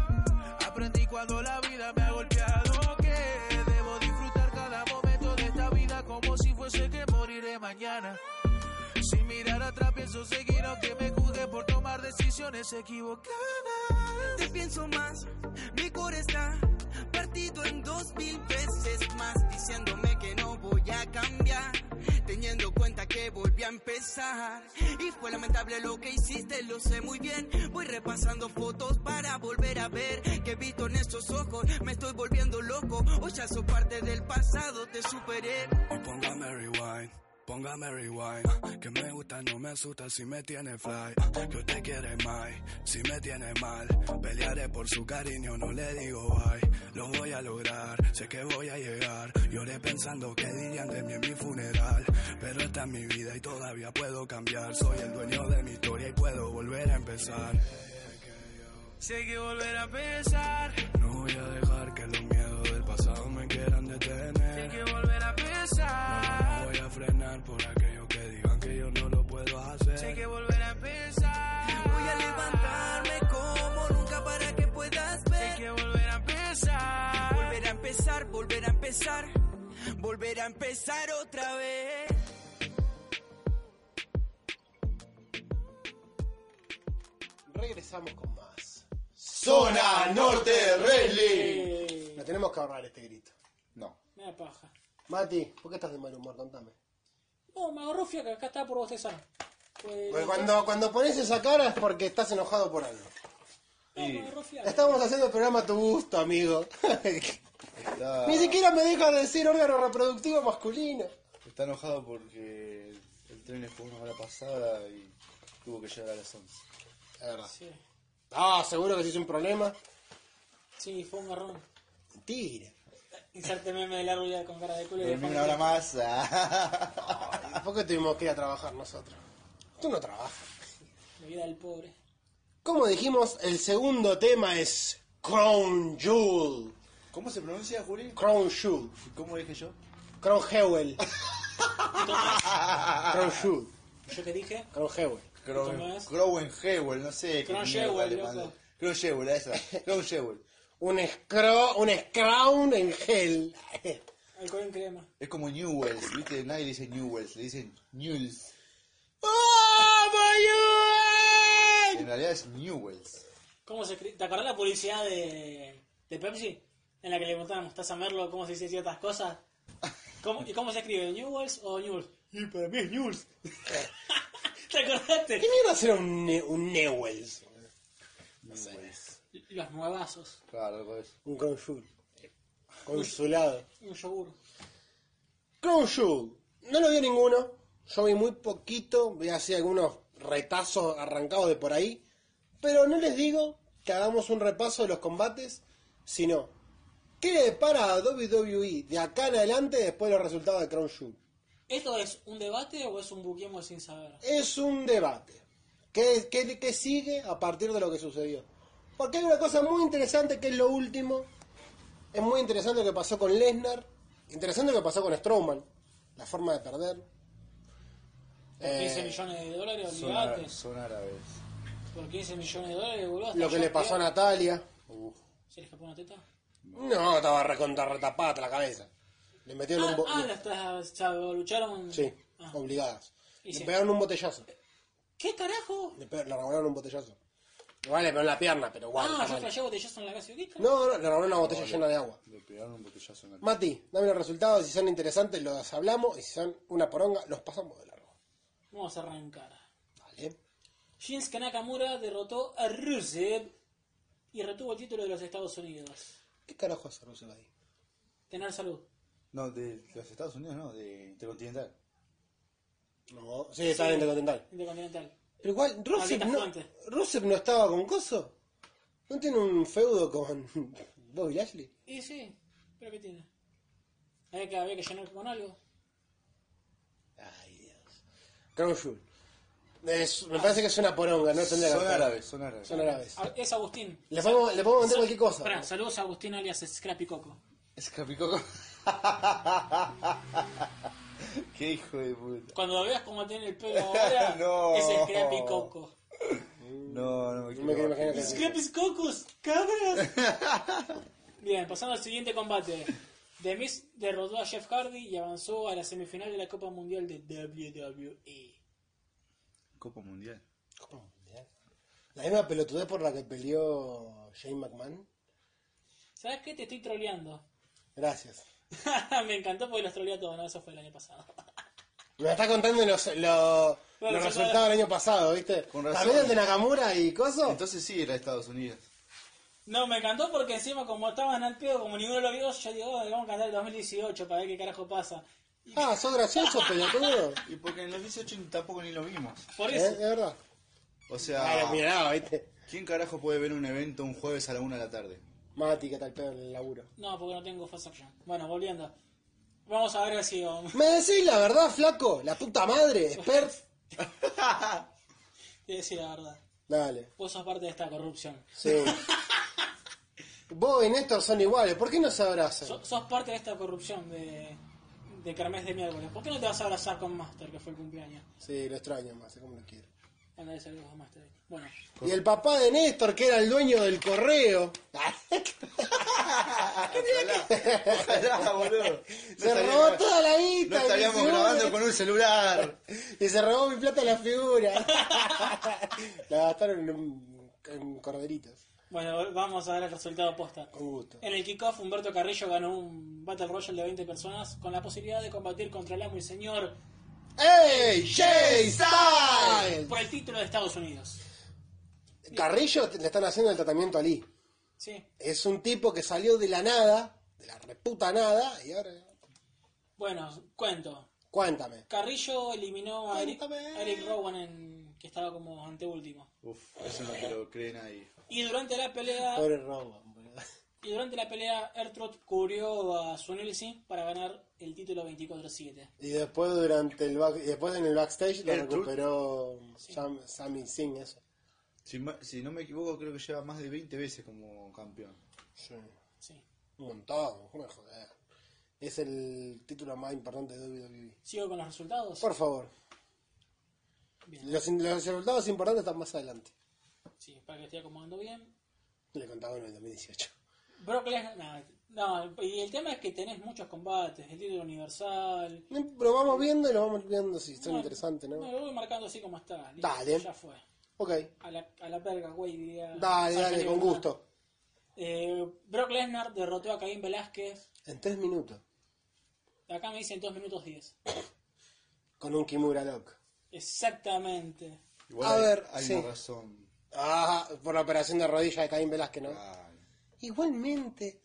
F: Aprendí cuando la vida me ha golpeado que debo disfrutar cada momento de esta vida como si fuese que moriré mañana. Sin mirar atrás pienso seguir aunque me juzguen por tomar decisiones equivocadas. Te pienso más, mi core está partido en dos mil veces más, diciéndome que no voy a cambiar, teniendo cuenta que volví a empezar. Y fue lamentable lo que hiciste, lo sé muy bien. Voy repasando fotos para volver a ver que he visto en estos ojos, me estoy volviendo loco. Hoy ya soy parte del pasado, te superé. Póngame rewind. Póngame rewind, ah, que me gusta, no me asusta si me tiene fly. ah, Que usted quiere más, si me tiene mal. Pelearé por su cariño, no le digo bye. Lo voy a lograr, sé que voy a llegar. Lloré pensando que dirían de mí en mi funeral. Pero esta es mi vida y todavía puedo cambiar. Soy el dueño de mi historia y puedo volver a empezar. Si hay que volver a empezar. No voy a dejar que los miedos del pasado me quieran detener. hay que volver a empezar. No, no voy a frenar por aquello que digan que yo no lo puedo hacer. Si hay que volver a empezar. Voy a levantarme como nunca para que puedas ver. hay que volver a empezar. Volver a empezar, volver a empezar. Volver a empezar otra vez.
A: Regresamos con más.
C: Zona Norte Rally.
B: Eh,
A: Lo tenemos que ahorrar este grito.
C: No.
B: me da paja.
A: Mati, ¿por qué estás de mal humor? Contame.
B: No, Oh, me agarró que acá está por bostezar. Pues,
A: Porque cuando, cuando pones esa cara es porque estás enojado por algo.
B: No, me agarró fiaca.
A: Estábamos haciendo el programa a tu gusto, *laughs* amigo.
C: Está,
A: Ni siquiera me dejas decir órgano reproductivo masculino.
C: Está enojado porque el tren le jugó una mala pasada y tuvo que llegar a las 11.
A: Es verdad.
B: Sí.
A: Ah, seguro que sí es un problema.
B: Sí, fue un garrón.
A: Mentira. *laughs*
B: Inserte meme de la rubia con cara de culo y de
C: Dormí una hora más. ah.
A: ¿Por qué tuvimos que ir a trabajar nosotros? Tú no trabajas.
B: La vida del pobre.
A: Como dijimos, el segundo tema es Crown Jewel.
C: ¿Cómo se pronuncia, Juli?
A: Crown Jewel.
C: ¿Y ¿Cómo dije yo?
A: Crown Jewel. Crown Jewel.
B: Yo que dije,
A: Crown Jewel.
B: ¿Cómo es?
C: Crowenhewell, no sé. qué
B: Kronjewel,
C: mierda le
B: loco.
C: mandó. Kronjewel, esa. Kronjewel.
A: Un, escro, un scrown en gel.
B: alcohol en crema.
C: Es como Newells, ¿viste? Nadie le dice Newells, le dicen Newells.
A: ¡Oh, my God!
C: En realidad es Newells.
B: ¿Cómo se escribe? ¿Te acordás la publicidad de, de Pepsi? En la que le preguntaban, ¿estás a Merlo cómo se dice ciertas cosas? ¿Cómo- ¿Y cómo se escribe? ¿Newells o Newells? Y para mí es Newells. *laughs* ¿Te acordaste?
A: ¿Qué mierda será un, ne- un Newells?
C: Newells.
B: Los nuevazos.
C: Claro, pues.
A: Un consul. Consulado.
B: Un yogur.
A: Crown Jewel. No lo vi a ninguno. Yo vi muy poquito. Vi así algunos retazos arrancados de por ahí. Pero no les digo que hagamos un repaso de los combates, sino ¿qué le depara a WWE de acá en adelante después de los resultados de Crown Jewel?
B: ¿Esto es un debate o es un buquemo sin saber?
A: es un debate. ¿Qué, qué, qué sigue a partir de lo que sucedió? Porque hay una cosa muy interesante que es lo último. Es muy interesante lo que pasó con Lesnar. Interesante lo que pasó con Strowman. La forma de perder.
B: ¿Por
A: Eh,
B: 15 millones de dólares?
C: Son,
B: Olvidate.
C: ára- son árabes.
B: ¿Por 15 millones de dólares? boludo, hasta
A: Lo que
B: yo
A: le pasó a
B: creo-
A: Natalia.
C: Uf.
B: ¿Se le escapó una teta?
A: No, estaba recontra retapata la cabeza. Le metieron un
B: Ah,
A: bo-
B: ah, las las- se lucharon.
A: Sí,
B: Ah.
A: obligadas.
B: Y
A: le
B: sí.
A: pegaron un botellazo.
B: ¿Qué carajo?
A: Le, pe- le robaron un botellazo. Igual le pegaron la pierna, pero igual.
B: ah,
A: está
B: yo
A: mal.
B: flasheo botellazo en la casa. ¿Qué carajo?
A: no, no, le robaron una botella llena de agua.
C: Le pegaron un botellazo en la
A: Mati, dame los resultados. Si son interesantes, los hablamos. Y si son una poronga, los pasamos de largo.
B: Vamos a arrancar.
A: Vale.
B: Shinsuke Nakamura derrotó a Rusev y retuvo el título de los Estados Unidos.
A: ¿Qué carajo hace Rusev ahí?
B: Tener salud.
C: No, de los Estados Unidos, no, de Intercontinental.
A: No, sí, está bien, te contentar.
B: Intercontinental.
A: Pero igual, Rusev
B: Maldita
A: no,
B: fuente.
A: Rusev no estaba con Coso. ¿No tiene un feudo con *laughs* Bobby Lashley?
B: Y sí, pero ¿qué tiene? Había que, había que llenar con algo.
A: Ay, Dios. Crown Jewel. Es- me parece que es una poronga, no tendría que
C: Son
A: estar.
C: árabes, son árabes.
A: Son árabes.
B: A- Ah, Es Agustín.
A: Le podemos, le podemos meter cualquier Pues, cosa.
B: Pará, saludos a Agustín alias Scrappy Coco.
C: Es Capicoco. *laughs* Qué hijo de puta.
B: Cuando veas cómo tiene el pelo ahora,
C: No.
B: es Scrappy Coco.
C: No, no me
A: No me quiero
C: quiero.
A: imaginar que...
B: ¡Scrappy Cocos! ¡Cabras! Bien, pasando al siguiente combate. The Miz derrotó a Jeff Hardy y avanzó a la semifinal de la Copa Mundial de E. WWE.
C: Copa Mundial.
A: ¿Cómo? La misma pelotudez por la que peleó Shane McMahon.
B: ¿Sabes qué? Te estoy troleando. *laughs*
A: Gracias.
B: Me encantó porque los troleé a todos, ¿no? Eso fue el año pasado.
A: Me está contando los, lo-
B: Bueno,
A: los
B: sí,
A: resultados del año pasado, ¿viste?
C: Con razón.
A: También el de Nakamura y Coso.
C: Entonces sí era Estados Unidos.
B: No, me encantó porque encima como estaban al pedo, como ninguno lo vio, yo digo, "Oh, vamos a cantar el 2018 para ver qué carajo pasa.
A: Ah, sos
C: *laughs*
A: gracioso, pelotudo.
C: Y porque en los 18 tampoco ni lo vimos.
B: Por
A: ¿Eh? Es
B: eso,
A: verdad.
C: O
A: Ah,
C: sea,
A: lo miraba, ¿viste?
C: ¿quién carajo puede ver un evento un jueves a la 1 de la tarde?
A: Mati, que tal pedo en el laburo.
B: no, porque no tengo fast action. Bueno, volviendo. Vamos a ver si...
A: ¿Me decís la verdad, flaco? La puta madre, expert.
B: *laughs* Te voy a decir la verdad.
A: Dale,
B: Vos sos parte de esta corrupción.
C: *laughs*
A: sí. Vos y Néstor son iguales, ¿por qué no se abrazan?
B: So- sos parte de esta corrupción de, de Carmes de miércoles. ¿Por qué no te vas a abrazar con Master, que fue el cumpleaños?
A: Sí, lo extraño más, como lo quiero.
B: Andale saludos a Master. Bueno,
A: Y el papá de Néstor, que era el dueño del correo. *laughs*
C: Ojalá, boludo.
A: Se
C: estaría-
A: robó toda la
C: No
A: guita.
C: estaríamos
A: mi figura.
C: grabando con un celular.
A: Y se robó mi plata la figura. *laughs* la gastaron en, un- en corderitos.
B: bueno, vamos a ver el resultado posta.
A: Con gusto.
B: En el kickoff, Humberto Carrillo ganó un Battle Royale de 20 personas con la posibilidad de combatir contra el amo y señor
A: ¡Ey! ¡Jay Styles!
B: por el título de Estados Unidos.
A: Carrillo te- le están haciendo el tratamiento a Lee.
B: Sí.
A: Es un tipo que salió de la nada, de la reputa nada, y ahora.
B: Bueno, cuento.
A: Cuéntame.
B: Carrillo eliminó a Eric,
A: Cuéntame.
B: a Eric Rowan, en- que estaba como anteúltimo.
C: Uf, eso no te lo cree nadie.
B: Y durante la pelea,
A: Pobre Rowan, boludo.
B: y durante la pelea, Ertrud cubrió a Sunilsi para ganar el título 24-7.
A: Y después durante el back- y después en el backstage lo
C: Gertrude.
A: recuperó Sam- Sami Singh eso.
C: Si, ma- si no me equivoco, creo que lleva más de 20 veces como campeón.
A: Sí.
B: Sí.
A: Un montón, ¿cómo me joder. Es el título más importante de E. WWE.
B: Sigo con los resultados.
A: Por favor.
B: Bien.
A: Los, in- los resultados importantes están más adelante.
B: Sí, para que esté acomodando bien.
A: Le contaba uno en el 2018.
B: Brock Lesnar. No, no, y el tema es que tenés muchos combates, el título universal.
A: Lo vamos viendo y lo vamos viendo si son
B: No,
A: interesantes, ¿no?
B: lo voy marcando así como está. listo,
A: Dale.
B: Ya fue.
A: Ok.
B: A la, a la verga, güey. diría-
A: Dale, dale,
B: Arcadio
A: con
B: Luna.
A: gusto.
B: Eh, Brock Lesnar derrotó a Caín Velázquez.
A: En tres minutos.
B: Acá me dicen 2 minutos 10.
A: Con un Kimura Lock.
B: Exactamente.
C: Igual
A: A
C: hay,
A: ver,
C: hay
A: sí.
C: una razón.
A: Ah, por la operación de rodilla de Caín Velázquez, ¿no?
C: Claro.
A: Igualmente,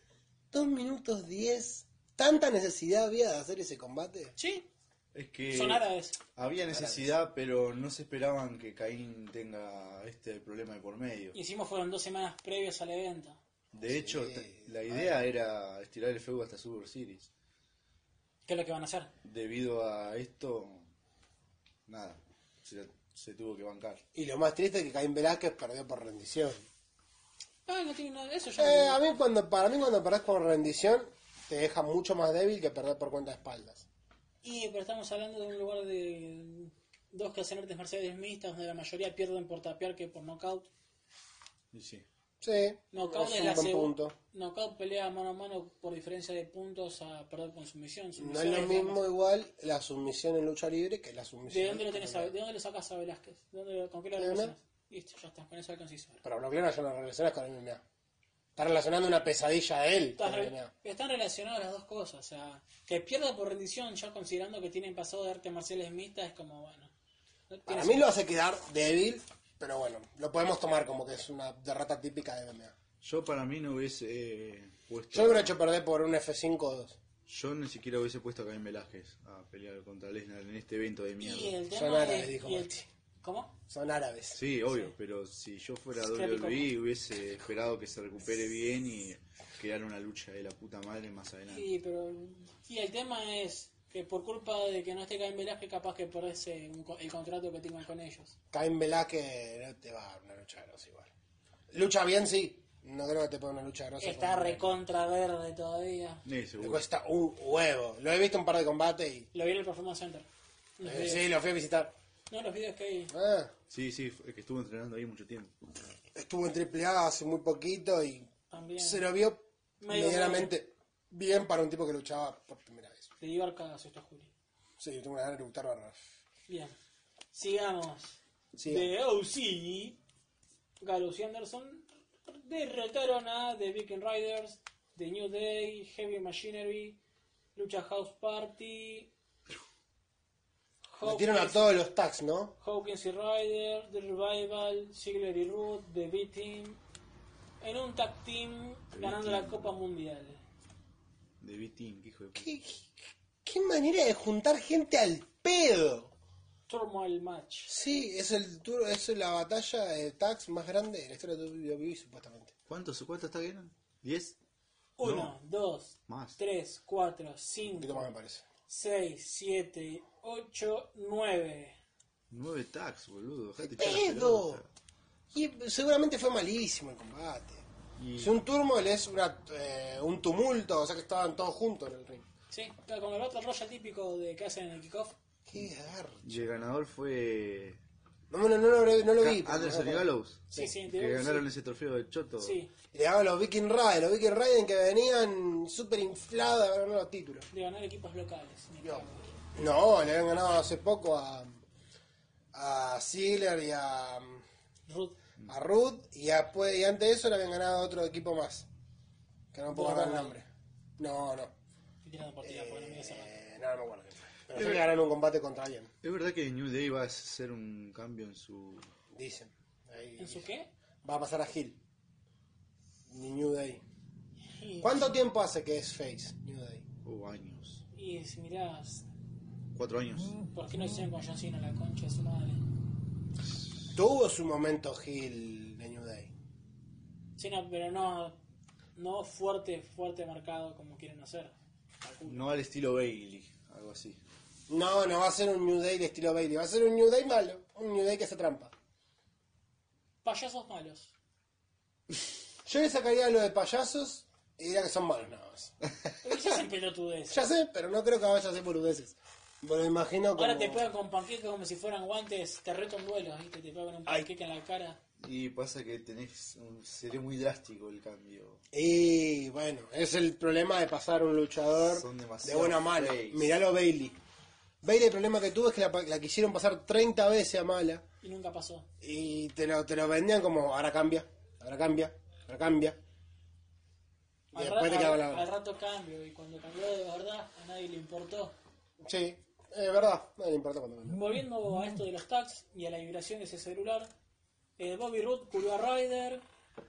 A: dos minutos 10. ¿Tanta necesidad había de hacer ese combate?
B: Sí,
C: Es que
B: son árabes.
C: había necesidad, pero no se esperaban que Caín tenga este problema de por medio.
B: Y encima fueron dos semanas previas al evento.
C: De hecho, te- la idea era estirar el fuego hasta Super Series.
B: ¿Qué es lo que van a hacer?
C: Debido a esto, nada, se, se tuvo que bancar.
A: Y lo más triste es que Caín Velázquez perdió por rendición.
B: Ah, no tiene nada de eso. Ya
A: Eh, a
B: no-
A: mí cuando, para mí cuando perdés por rendición te deja mucho más débil que perder por cuenta de espaldas.
B: Y pero estamos hablando de un lugar de dos caserotes Mercedes mixtas donde la mayoría pierden por tapear que por knockout.
C: Y sí.
A: Sí,
B: Knockout
A: es
B: es
A: un
B: la
A: buen
B: segunda.
A: punto.
B: Knockout pelea mano a mano por diferencia de puntos a perder con sumisión.
A: No
B: Sumisión
A: es lo mismo
B: digamos.
A: igual la sumisión en lucha libre que la sumisión.
B: ¿De dónde lo tenés a, ¿De dónde lo sacas a Velázquez? ¿De dónde lo- ¿Con qué lo
A: ¿De una?
B: relacionas? Listo, ya está, con eso conciso.
A: Pero Brock Lesnar ya no lo relacionas con MMA. Está relacionando una pesadilla a él con
B: Estás re-
A: MMA.
B: están relacionadas las dos cosas. O sea, que pierda por rendición, ya considerando que tienen pasado de artes marciales mixtas, es como, bueno. no tiene
A: Para mí lo hace quedar débil, pero bueno, lo podemos tomar como que es una derrota típica de MMA.
C: Yo para mí no hubiese eh, puesto...
A: Yo lo hubiera hecho perder por un F5 o 2.
C: Yo ni siquiera hubiese puesto a Caín Velázquez a pelear contra Lesnar en este evento de
B: sentido. Y
C: mierda.
B: el tema
A: Son árabes,
B: es-
A: dijo
B: y el-
A: Martín.
B: ¿Cómo?
A: Son árabes.
C: Sí, obvio, pero si yo fuera
B: Qué rico.
C: WWE hubiese esperado que se recupere bien y crear una lucha de la puta madre más adelante.
B: Sí, pero. Y el tema es que por culpa de que no esté Caín Velázquez, capaz que perdés eh, un co- el contrato que tengan con ellos.
A: Caín Velázquez no te va a dar una lucha grosa igual. Lucha bien, sí. No creo que te ponga una lucha grosa.
B: Está
A: con-
B: recontra verde todavía.
C: Sí,
A: Le
C: seguro.
A: cuesta un huevo. Lo he visto un par de combates y.
B: Lo vi en el Performance Center. Los
A: eh,
B: videos.
A: sí, lo fui a visitar.
B: No, los videos que hay.
A: Ah,
C: Sí, sí, es que estuvo entrenando ahí mucho tiempo.
A: estuvo en AAA hace muy poquito y
B: También.
A: se lo vio
B: Medio
A: medianamente bien para un tipo que luchaba por primera vez.
B: Te dio arcadas esto, Juli.
A: Sí, yo tengo una gana de luchar bárbaro.
B: Bien. Sigamos.
A: Sí.
B: De OC, Gallows y Anderson derrotaron a The Viking Riders, The New Day, Heavy Machinery, Lucha House Party,
A: Metieron a todos los tags, ¿no?
B: Hawkins y Ryder, The Revival, Ziggler y Root, The B-Team, en un tag team ganando la Copa Mundial.
C: De B-Team, qué hijo de puta.
A: ¿Qué, qué manera de juntar gente al pedo.
B: Turmoil Match.
A: Sí, es el tour- es la batalla de tags más grande de la historia de WWE supuestamente.
C: ¿Cuántos, cuántos está bien? ¿Diez?
B: 1, 2,
C: Más.
B: 3, 4,
A: Un poquito
B: 5,
A: más me parece.
B: 6, 7, 8, 9.
C: Nueve tags, boludo. dejate echar la
A: ¡Pedo!
C: pelota.
A: Y seguramente fue malísimo el combate.
C: Y-
A: Si un turmo es una, eh, un tumulto, o sea que estaban todos juntos en el ring.
B: Sí, claro, como el Battle Royale típico de que hacen en el kickoff.
A: ¡Qué garro!
C: Y el ganador fue...
A: No, no, no, lo habré- no lo vi.
C: Ca-
A: pero
C: Anderson
A: no
C: y
A: lo-
C: Gallows.
B: Sí, sí,
C: Que
B: de-
C: ganaron ese trofeo de Choto.
B: Sí,
A: Y le daban los Viking Raiden, los Viking Raiden que venían súper inflados a ganar los títulos.
B: de ganar equipos locales. Me
A: No,
B: cago.
A: no, le habían ganado hace poco a, a Ziggler y a
B: Ruth,
A: a Ruth y, después, y antes de eso le habían ganado a otro equipo más. Que no puedo
B: Borra.
A: acordar el nombre. No, no.
B: estoy tirando partida porque no me voy a cerrar.
A: Eh, no, no me acuerdo. Pero sé que ganaron un combate contra alguien,
C: Es verdad que New Day va a hacer un cambio en su...
A: dicen. Ahí
B: ¿En su qué?
A: Va a pasar a Hill. Ni New Day. ¿Cuánto tiempo hace que es Face New Day?
C: o años.
B: Y si mirás,
C: cuatro años.
B: ¿Por qué no hicieron con John Cena la concha de su madre?
A: Tuvo su momento Hill de New Day.
B: Cena, pero no, no fuerte, fuerte marcado como quieren hacer.
C: No al estilo Bailey, algo así.
A: No, no va a ser un New Day de estilo Bailey. Va a ser un New Day malo. Un New Day que se trampa.
B: Payasos malos.
A: Yo le sacaría lo de payasos y diría que son malos nada más.
B: Pero esa es el
A: *laughs*
B: pelotudez.
A: Ya sé, pero no creo que vaya a ser boludeces. Me lo imagino como...
B: Ahora te pegan con panqueques como si fueran guantes, te reto en duelos, ¿viste? Te pegan un panqueque en la cara.
C: Y pasa que tenés un- sería muy drástico el cambio.
A: Y bueno, es el problema de pasar un luchador
C: Son demasiado
A: de buena mala.
C: face.
A: Miralo a Bailey. Bailey el problema que tuvo es que la, pa- la quisieron pasar 30 veces a mala
B: Y nunca pasó.
A: y te lo, te lo vendían como ahora cambia, ahora cambia, ahora cambia. Y
B: Al,
A: después
B: ra-
A: te quedaba
B: al-
A: la
B: al rato cambio, y cuando cambió de verdad, a nadie le importó.
A: Sí, es verdad, no le importa cuando cambia.
B: Volviendo a esto de los tags y a la vibración de ese celular, eh, Bobby Roode cubrió a Ryder,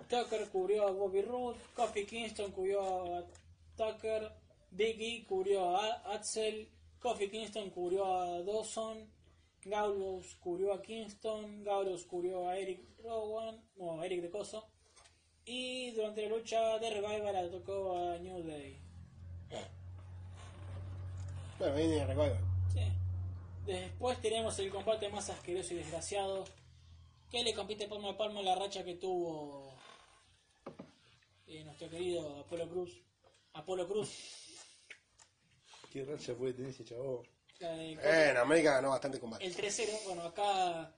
B: Tucker cubrió a Bobby Roode, Kofi Kingston cubrió a Tucker, Big E cubrió a Axel, Kofi Kingston cubrió a Dawson, Gaulos cubrió a Kingston, Gaulos cubrió a Eric Rowan, no, Eric de Coso, y durante la lucha de Revival atacó a New Day.
A: Bueno, ahí ni recuerdo.
B: Sí. Después tenemos el combate más asqueroso y desgraciado. Que le compite palmo a palmo la racha que tuvo eh, nuestro querido Apolo Cruz. Apolo Cruz.
E: ¿Qué racha puede tener ese chavo?
B: la de-
A: Eh, en América ganó bastante combate.
B: el 3-0. Bueno, acá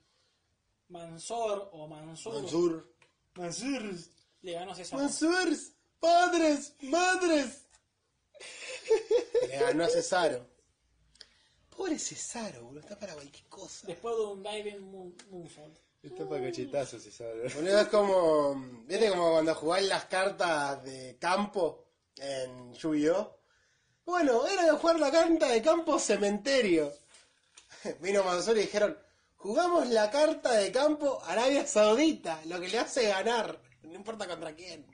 B: Mansor o Mansur.
A: Mansur.
B: Le ganó a César.
A: Mansur, padres, madres. Le ganó a Cesaro. Pobre Cesaro, boludo, está para cualquier cosa.
B: Después de un diving moon- moonsault.
E: Está para cachetazos esa.
A: Boludo, es como. ¿Viste como cuando jugás las cartas de campo en Yu-Gi-Oh? Bueno, era de jugar la carta de campo cementerio. *laughs* Vino Mansur y dijeron: Jugamos la carta de campo Arabia Saudita, lo que le hace ganar, no importa contra quién.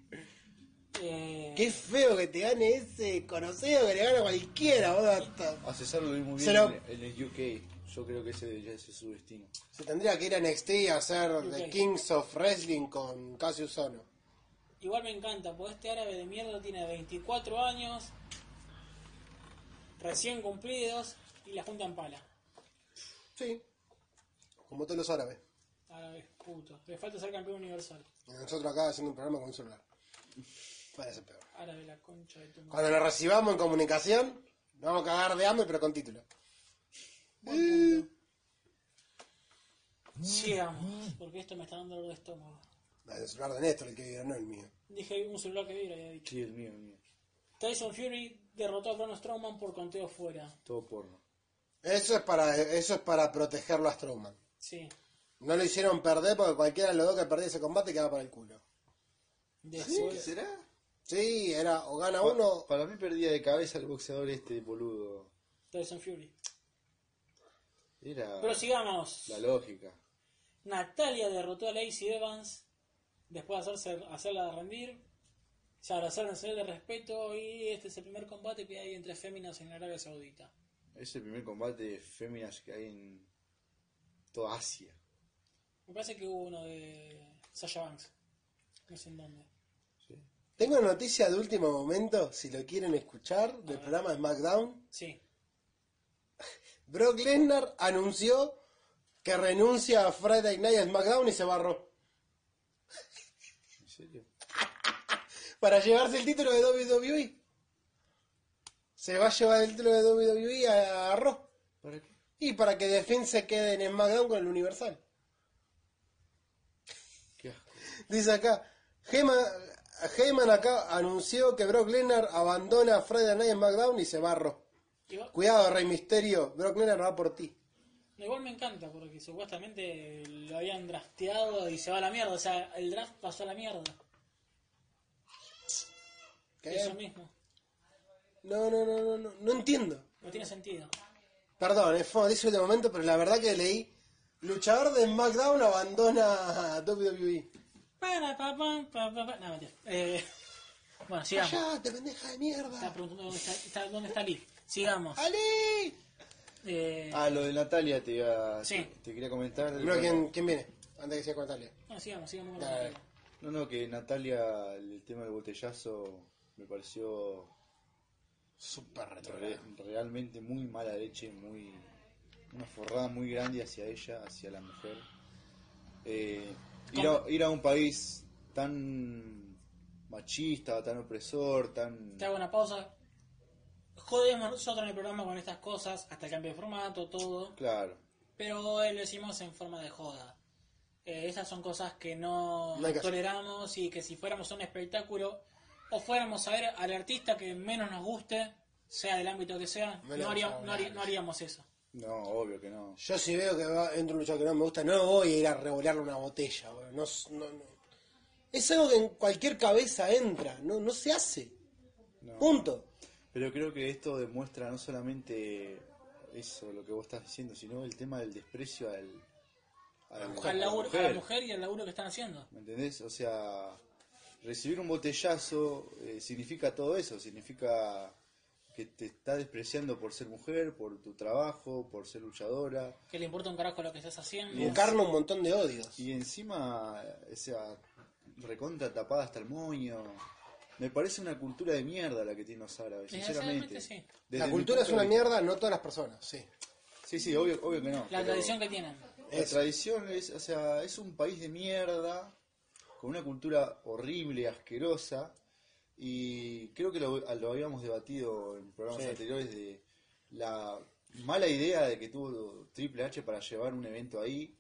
B: Eh,
A: Qué feo que te gane ese conocido que le gana a cualquiera, boludo. hasta-
C: A César lo vi muy
A: Se
C: bien
A: lo-
C: en, en el UK. Yo creo que ese debería ser su destino.
A: Se tendría que ir a NXT a hacer The
B: Ok.
A: Kings of Wrestling con Cassius Ono.
B: Igual me encanta, porque este árabe de mierda tiene 24 años, recién cumplidos, y la junta en pala.
A: Sí. Como todos los árabes.
B: Árabe, puto. Ah, Le falta ser campeón universal.
A: Y nosotros acá haciendo un programa con un celular. Parece peor.
B: Árabe, la concha de tu madre.
A: Cuando nos recibamos en comunicación, nos vamos a cagar de hambre, pero con título.
B: Sigamos, porque esto me está dando dolor de estómago.
A: El celular de Néstor, el que vibra, no el mío.
B: Dije un celular que vibra, había dicho.
C: Sí, el mío, el mío.
B: Tyson Fury derrotó a Braun Strowman por conteo fuera.
C: Todo porno.
A: Eso es para, eso es para protegerlo a Strowman.
B: Sí.
A: No lo hicieron perder porque cualquiera de los dos que perdiera ese combate quedaba para el culo.
B: Después,
C: será?
A: Sí, era o gana uno
C: Para mí perdía de cabeza el boxeador este boludo.
B: Tyson Fury.
C: Era
B: Pero sigamos.
C: la lógica.
B: Natalia derrotó a Lacey Evans después de hacerse, hacerla rendir. Se abrazaron en señal de respeto y este es el primer combate que hay entre féminas en Arabia Saudita.
C: Es el primer combate de féminas que hay en toda Asia.
B: Me parece que hubo uno de Sasha Banks. No sé en dónde.
A: Tengo una noticia de último momento, si lo quieren escuchar, del programa de SmackDown.
B: Sí.
A: Brock Lesnar anunció que renuncia a Friday Night a SmackDown y se barró.
C: ¿En serio?
A: Para llevarse el título de WWE. Se va a llevar el título de WWE a, a Raw.
C: ¿Para qué?
A: Y para que The Finn se quede en SmackDown con el Universal.
C: Qué asco.
A: Dice acá, Heyman, Heyman acá anunció que Brock Lesnar abandona Friday Night en SmackDown y se barró.
B: Igual,
A: Cuidado, Rey Misterio, Brock Lesnar va por ti.
B: igual me encanta porque supuestamente lo habían drafteado y se va a la mierda. O sea, el draft pasó a la mierda.
A: ¿Qué?
B: Eso mismo.
A: No, no, no, no, no, no entiendo.
B: No tiene sentido.
A: Perdón, es fue noticia de último momento, pero la verdad que leí. Luchador de SmackDown abandona a E. WWE.
B: Para, pa, pa, pa, pa, pa. No, mentira. Eh, bueno, sigamos.
A: Allá, te pendeja de
B: Está
A: mierda.
B: preguntando dónde está, está- dónde está Lee. Sigamos.
A: ¡Ali!
B: Eh,
C: Ah, lo de Natalia te, iba-
B: Sí.
C: te quería comentar.
A: Primero, ¿quién, ¿quién viene? Antes que siga con Natalia.
B: no, sigamos, sigamos con
A: Dale.
B: la-
C: No, no, que Natalia, el tema del botellazo me pareció
A: Súper
C: re-
A: retrogrado.
C: realmente muy mala leche, muy una forrada muy grande hacia ella, hacia la mujer. Eh, ir, a, ir a un país tan machista, tan opresor, tan...
B: Te hago una pausa. Jodemos nosotros en el programa con estas cosas, hasta el cambio de formato, todo.
C: Claro,
B: Pero eh, lo hicimos en forma de joda. Eh, esas son cosas que no,
A: No hay que hacer.
B: toleramos y que si fuéramos a un espectáculo o fuéramos a ver al artista que menos nos guste, sea del ámbito que sea,
A: No le
B: no,
A: vamos
B: haría-
A: a
B: no haría-
A: hablar.
B: no haríamos eso.
C: no, obvio que no.
A: Yo si veo que va, entra un luchador que no me gusta, no voy a ir a revolearle una botella, boludo. No, s- no- no. Es algo que en cualquier cabeza entra, no, no se hace.
C: no.
A: Punto.
C: Pero creo que esto demuestra no solamente eso, lo que vos estás diciendo, sino el tema del desprecio al, a la mujer.
B: Al
C: a la
B: laburo- a la
C: mujer.
B: mujer y al laburo que están haciendo.
C: ¿Me entendés? O sea, recibir un botellazo eh, significa todo eso, significa que te está despreciando por ser mujer, por tu trabajo, por ser luchadora.
B: Que le importa un carajo lo que estás haciendo.
A: Encarna un montón de odios.
C: Y encima, o sea, recontra tapada hasta el moño. Me parece una cultura de mierda la que tiene los árabes, sinceramente.
B: Desgraciadamente, Eh, sí.
C: Desde
A: la
C: mi
A: cultura es
C: punto
A: una
C: de vista.
A: mierda, no todas las personas, sí.
C: Sí, sí, obvio, obvio que no.
B: La
C: pero-
B: tradición que tienen.
C: La tradición es, o sea, es un país de mierda, con una cultura horrible, asquerosa, y creo que lo, lo habíamos debatido en programas
A: Sí.
C: anteriores de la mala idea de que tuvo Triple H para llevar un evento ahí,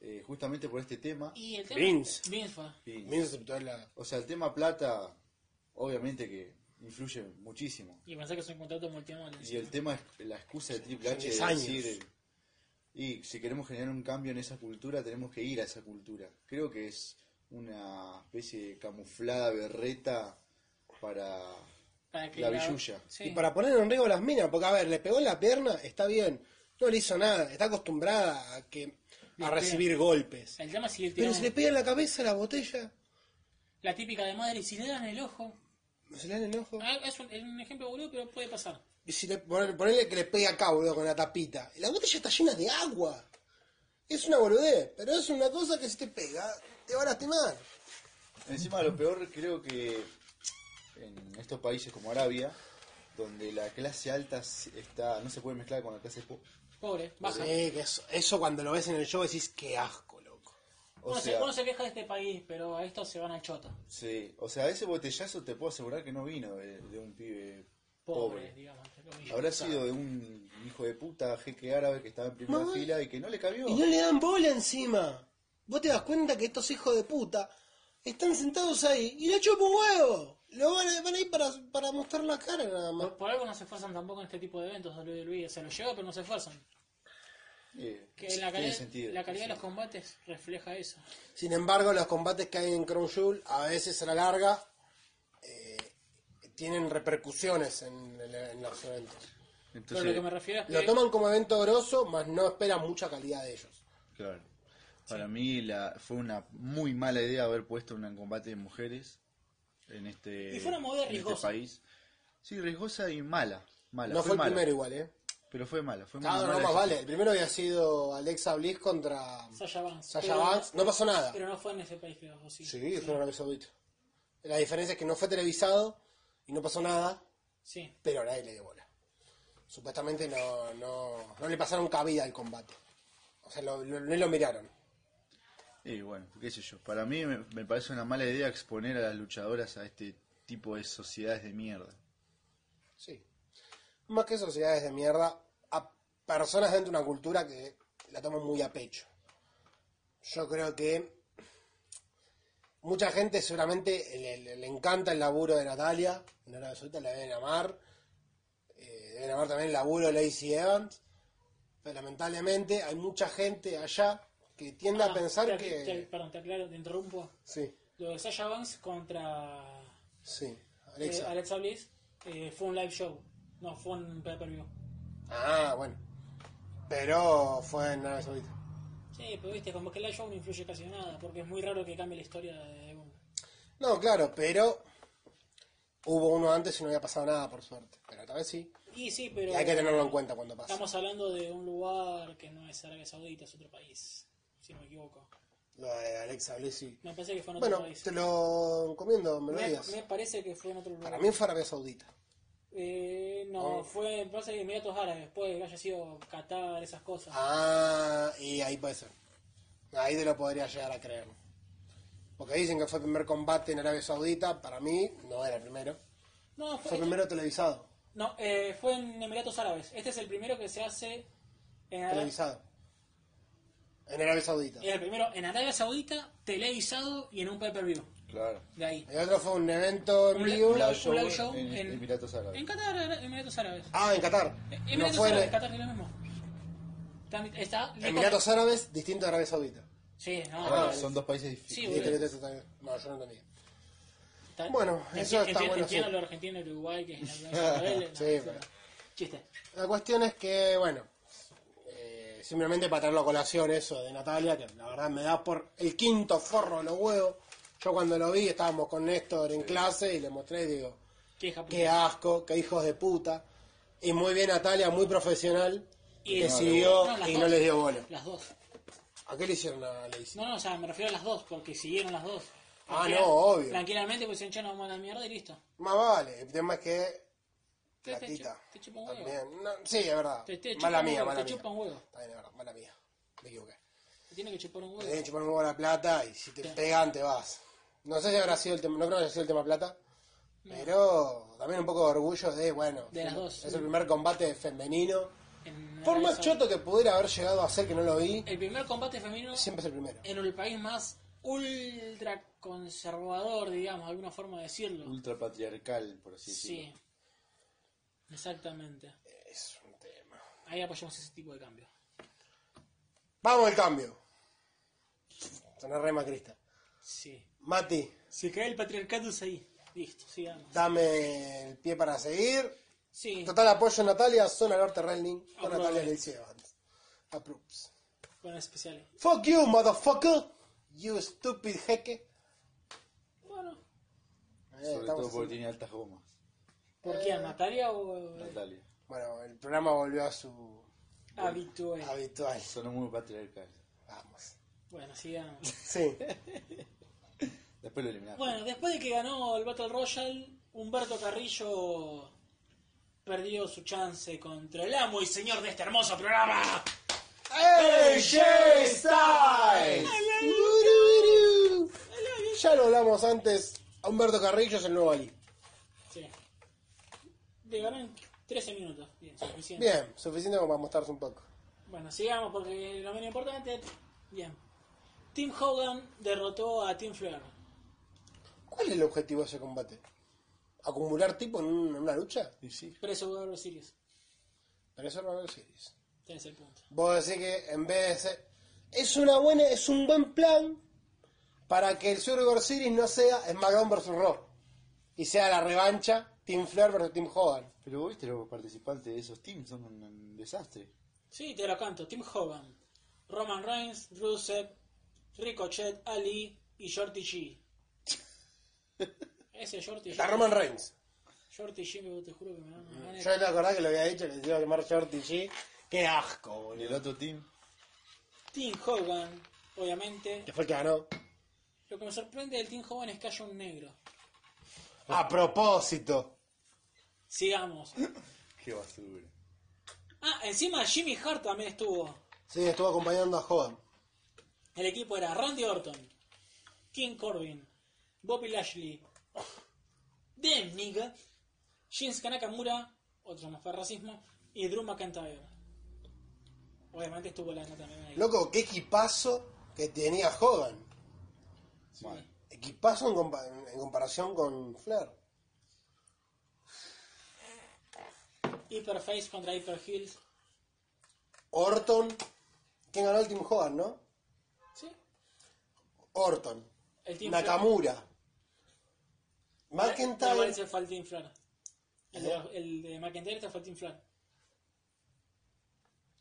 C: eh, justamente por este tema.
B: Y el tema.
A: Vince.
B: Vince fue.
C: Y,
A: Me aceptó la...
C: o sea, el tema plata, obviamente que influye muchísimo.
B: Y pensé que es un contrato multianual.
C: Y el tema es la excusa de Triple H
A: diez
C: de
A: años.
C: decir, y si queremos generar un cambio en esa cultura, tenemos que ir a esa cultura. Creo que es una especie de camuflada berreta para...
B: Para que
C: la billulla.
B: Sí.
A: Y para poner en riesgo a las minas, porque a ver, le pegó en la pierna, está bien. No le hizo nada, está acostumbrada a que a recibir golpes.
B: El tema es si le
A: Pero
B: tiran
A: si le pega en la cabeza la botella,
B: la típica de madre, si le dan el ojo.
A: se le da en el ojo.
B: Ah, Es un, es un ejemplo boludo, pero puede pasar.
A: Y si le ponen- ponele que le pegue acá, boludo, con la tapita. La botella está llena de agua. Es una boludez, pero es una cosa que si te pega, te va a lastimar.
C: Encima lo peor creo que en estos países como Arabia, donde la clase alta está no se puede mezclar con la clase po-
B: Pobre, baja.
A: Sí, que eso, eso cuando lo ves en el show decís, qué asco, loco.
C: O
B: uno, se,
C: sea-
B: uno se queja de este país, pero a estos se van al choto.
C: Sí, o sea, ese botellazo te puedo asegurar que no vino de, de un pibe
B: Pobre,
C: pobre.
B: digamos. entre comillas.
C: Habrá sido de un hijo de puta jeque árabe que estaba en primera
A: Mamá.
C: fila y que no le cabió.
A: Y no le dan bola encima. Vos te das cuenta que estos hijos de puta están sentados ahí y le chupo huevo. Lo van a, van a ir para, para mostrar la cara nada más.
B: Por, por algo no se esfuerzan tampoco en este tipo de eventos, WWE. Se los lleva, pero no se esfuerzan.
C: Eh,
B: Que la
C: tiene
B: calidad,
C: sentido.
B: la calidad de los combates refleja eso.
A: Sin embargo, los combates que hay en Crown Jewel a veces a la larga eh, tienen repercusiones en, el- en los eventos.
B: Pero
C: Entonces,
B: lo que me refiero es que
A: Lo toman como evento grosso, más no esperan mucha calidad de ellos.
C: claro. Para mí la, fue una muy mala idea haber puesto un combate de mujeres en este,
B: Y fue una movida
C: en este
B: riesgosa.
C: país. Sí, riesgosa y mala. mala
A: no
C: fue,
A: fue el
C: mala,
A: primero igual, ¿eh?
C: Pero fue mala. Fue muy
A: Claro, no
C: mala
A: más
C: esa-
A: vale. El primero había sido Alexa Bliss contra
B: Sasha Banks.
A: Sasha
B: Pero-
A: Banks. No pasó nada.
B: Pero no fue en ese país, creo, ¿o sí.
A: Sí, fue en Arabia Saudita. La diferencia es que no fue televisado y no pasó nada,
B: Sí.
A: pero a nadie le dio bola. Supuestamente no, no, no le pasaron cabida al combate. O sea, lo, lo- no lo miraron.
C: Y bueno, qué sé yo. Para mí me, me parece una mala idea exponer a las luchadoras a este tipo de sociedades de mierda.
A: Sí. Más que sociedades de mierda, a personas dentro de una cultura que la toman muy a pecho. Yo creo que mucha gente seguramente le, le- le encanta el laburo de Natalia, en Arabia Saudita la deben amar, eh, deben amar también el laburo de Lacey Evans, pero lamentablemente hay mucha gente allá que tiende
B: Ah,
A: a pensar
B: te-
A: que...
B: te- perdón, te aclaro, te interrumpo.
A: Sí,
B: Lo de Sasha Banks contra
A: sí,
B: eh,
A: Alexa.
B: Alexa Bliss eh, fue un live show. No, fue un pay-per-view.
A: Ah, bueno. Pero fue en Arabia Saudita.
B: Sí, pero viste, como que el live show no influye casi en nada, porque es muy raro que cambie la historia de uno.
A: No, claro, pero hubo uno antes y no había pasado nada, por suerte. Pero tal vez sí.
B: Y sí, pero.
A: hay que tenerlo en cuenta cuando pasa.
B: Estamos hablando de un lugar que no es Arabia Saudita, es otro país. Si no me equivoco.
A: Lo de Alexa Bliss sí.
B: Me parece que fue en otro
A: Bueno,
B: país.
A: te lo encomiendo, me lo
B: me,
A: digas.
B: me parece que fue en otro lugar.
A: Para mí Oh. fue Arabia Saudita.
B: Eh, no, fue, me parece que Emiratos Árabes, después que haya sido Qatar, esas cosas.
A: Ah, y ahí puede ser. Ahí te lo podría llegar a creer. Porque dicen que fue el primer combate en Arabia Saudita, para mí no era el primero.
B: No,
A: Fue
B: fue,
A: el primero televisado.
B: no eh, fue en Emiratos Árabes. Este es el primero que se hace en Arabia
A: Televisado. En Arabia Saudita.
B: el primero en Arabia Saudita, televisado y en un pay-per-view.
C: Claro.
B: De ahí.
A: El otro fue un evento en
B: Un li-
A: vivo.
B: un live
C: show
B: show, en,
C: en- en Emiratos Árabes.
B: En Qatar, Ara- Emiratos Árabes.
A: Ah, en Qatar.
B: Eh,
A: No
B: Emiratos
A: fue
B: Árabes,
A: en
B: Qatar es lo mismo. También Está,
A: Emiratos Ah, Árabes, distinto a Arabia Saudita.
B: Sí, no,
C: Claro,
B: no,
C: son dos países
B: Ah, Sí,
A: Y
B: boludo.
C: difíciles.
A: creo que eso también. No, yo no entendía.
B: está-
A: Bueno,
B: enti-
A: eso está
B: enti-
A: bueno,
B: Entiendo
A: sí.
B: lo argentino y Uruguay, que es
A: *laughs*
B: la provincia de Vélez, no,
A: Sí,
B: eso
A: pero-
B: no. Chiste.
A: La cuestión es que, bueno, eh, simplemente para traerlo a colación eso de Natalia, que la verdad me da por el quinto forro de los huevos. Yo cuando lo vi estábamos con Néstor en clase y le mostré y digo,
B: Que es Japón.
A: qué asco, qué hijos de puta. Y muy bien Natalia, muy profesional,
B: Y-
A: que siguió
B: No, las
A: y
B: dos.
A: no les dio bola.
B: Las dos.
A: ¿A qué le hicieron a Lacey?
B: No, no, o sea, me refiero a las dos, porque siguieron las dos.
A: Ah,
B: Tranquila-
A: no, obvio.
B: Tranquilamente pues, pusieron chano vamos a la mierda y listo.
A: Más vale, el tema es que
B: Te-
A: la
B: te
A: quita.
B: chu- te chupa un huevo.
A: También. No, sí, es verdad.
B: Te, te chupa
A: mala
B: un
A: mía,
B: huevo,
A: mala
B: te
A: mía.
B: chupa un huevo.
A: Está bien, es verdad, mala mía. Me equivoqué.
B: Te tiene que chupar un
A: Te deben
B: huevo.
A: chupar un huevo la plata y si te pegan te vas. No sé si habrá sido el tema, no creo que haya sido el tema plata, pero también un poco de orgullo de, bueno,
B: De las dos.
A: es el primer combate femenino.
B: En
A: Por
B: Arabia
A: más
B: Saudita.
A: choto que pudiera haber llegado a ser que no lo vi,
B: El primer combate femenino
A: siempre es el primero.
B: en el país más ultra conservador, digamos, alguna forma de decirlo.
C: Ultrapatriarcal, por así
B: sí,
C: decirlo.
B: Exactamente.
A: Es un tema.
B: Ahí apoyamos ese tipo de cambio.
A: Vamos al cambio. Sonar re macrista.
B: Sí.
A: Mati,
B: Si cae el patriarcado es ahí. Listo, sigamos.
A: dame el pie para seguir.
B: Sí,
A: Total apoyo a Natalia, zona norte Wrestling, con
B: Approve.
A: Natalia Lacey Evans. Approves.
B: bueno, especiales.
A: Fuck you, motherfucker. You stupid jeque.
B: Bueno,
A: Eh,
C: Sobre
A: estamos
C: todo porque
A: haciendo-
C: tiene altas gomas.
B: ¿por quién? ¿Natalia o
C: Natalia.
A: Bueno, el programa volvió a su
B: habitué?
A: habitual.
C: Sonó muy patriarcal.
A: Vamos.
B: Bueno, sigamos.
A: Sí.
C: Después lo eliminaron.
B: Bueno, después de que ganó el Battle Royale, Humberto Carrillo perdió su chance contra el amo y señor de este hermoso programa.
A: AJ Styles. Urururu. Ya lo hablamos antes. A Humberto Carrillo es el nuevo Ali.
B: Sí. Le ganó en 13 minutos. Bien, suficiente.
A: Bien, suficiente como para mostrarse un poco.
B: Bueno, sigamos porque lo menos importante. Bien. Tim Hogan derrotó a Tim Flair.
A: ¿Cuál es el objetivo de ese combate? ¿Acumular tipo en, un- en una lucha?
C: Y sí.
B: Preso World Series.
A: Pero eso no es series.
B: Tenés el punto.
A: Vos decís que en vez de ser... Es, una buena, es un buen plan para que el Survivor Series no sea SmackDown vs. Raw. Y sea la revancha Team Flair vs. Team Hogan.
C: Pero vos viste los participantes de esos teams, son un, un desastre.
B: Sí, te lo canto. Tim Hogan, Roman Reigns, Rusev, Ricochet, Ali y
A: *laughs*
B: Shorty G. Ese Shorty G.
A: Está Roman Mm, Reigns.
B: Shorty G, me- te juro que me da una gana de-
A: Yo te acordás que lo había dicho, que se iba a llamar Shorty G. Qué asco,
C: Y
A: boludo.
C: el otro team,
B: Tim Hogan, obviamente.
A: Que fue el que ganó.
B: Lo que me sorprende del Tim Hogan es que haya un negro.
A: A propósito.
B: Sigamos.
C: *coughs* qué basura.
B: Ah, encima Jimmy Hart también estuvo.
A: Sí, estuvo acompañando a Hogan.
B: El equipo era Randy Orton, King Corbin, Bobby Lashley, Dem Nigga, Shinsuke Nakamura, otro más para racismo, y Drew McIntyre. Obviamente estuvo la nota también ahí.
A: Loco, qué equipazo que tenía Hogan.
C: Bueno,
A: Equipazo en, compa- en comparación con Flair.
B: Hyperface contra Hyper Heels.
A: Orton. ¿Quién ganó el Team Hogan, no?
B: Sí.
A: Orton.
B: El Team
A: Nakamura.
B: Me parece
A: McIntyre.
B: que fue el Team Flair. El de, el de McIntyre este fue el Team Flair.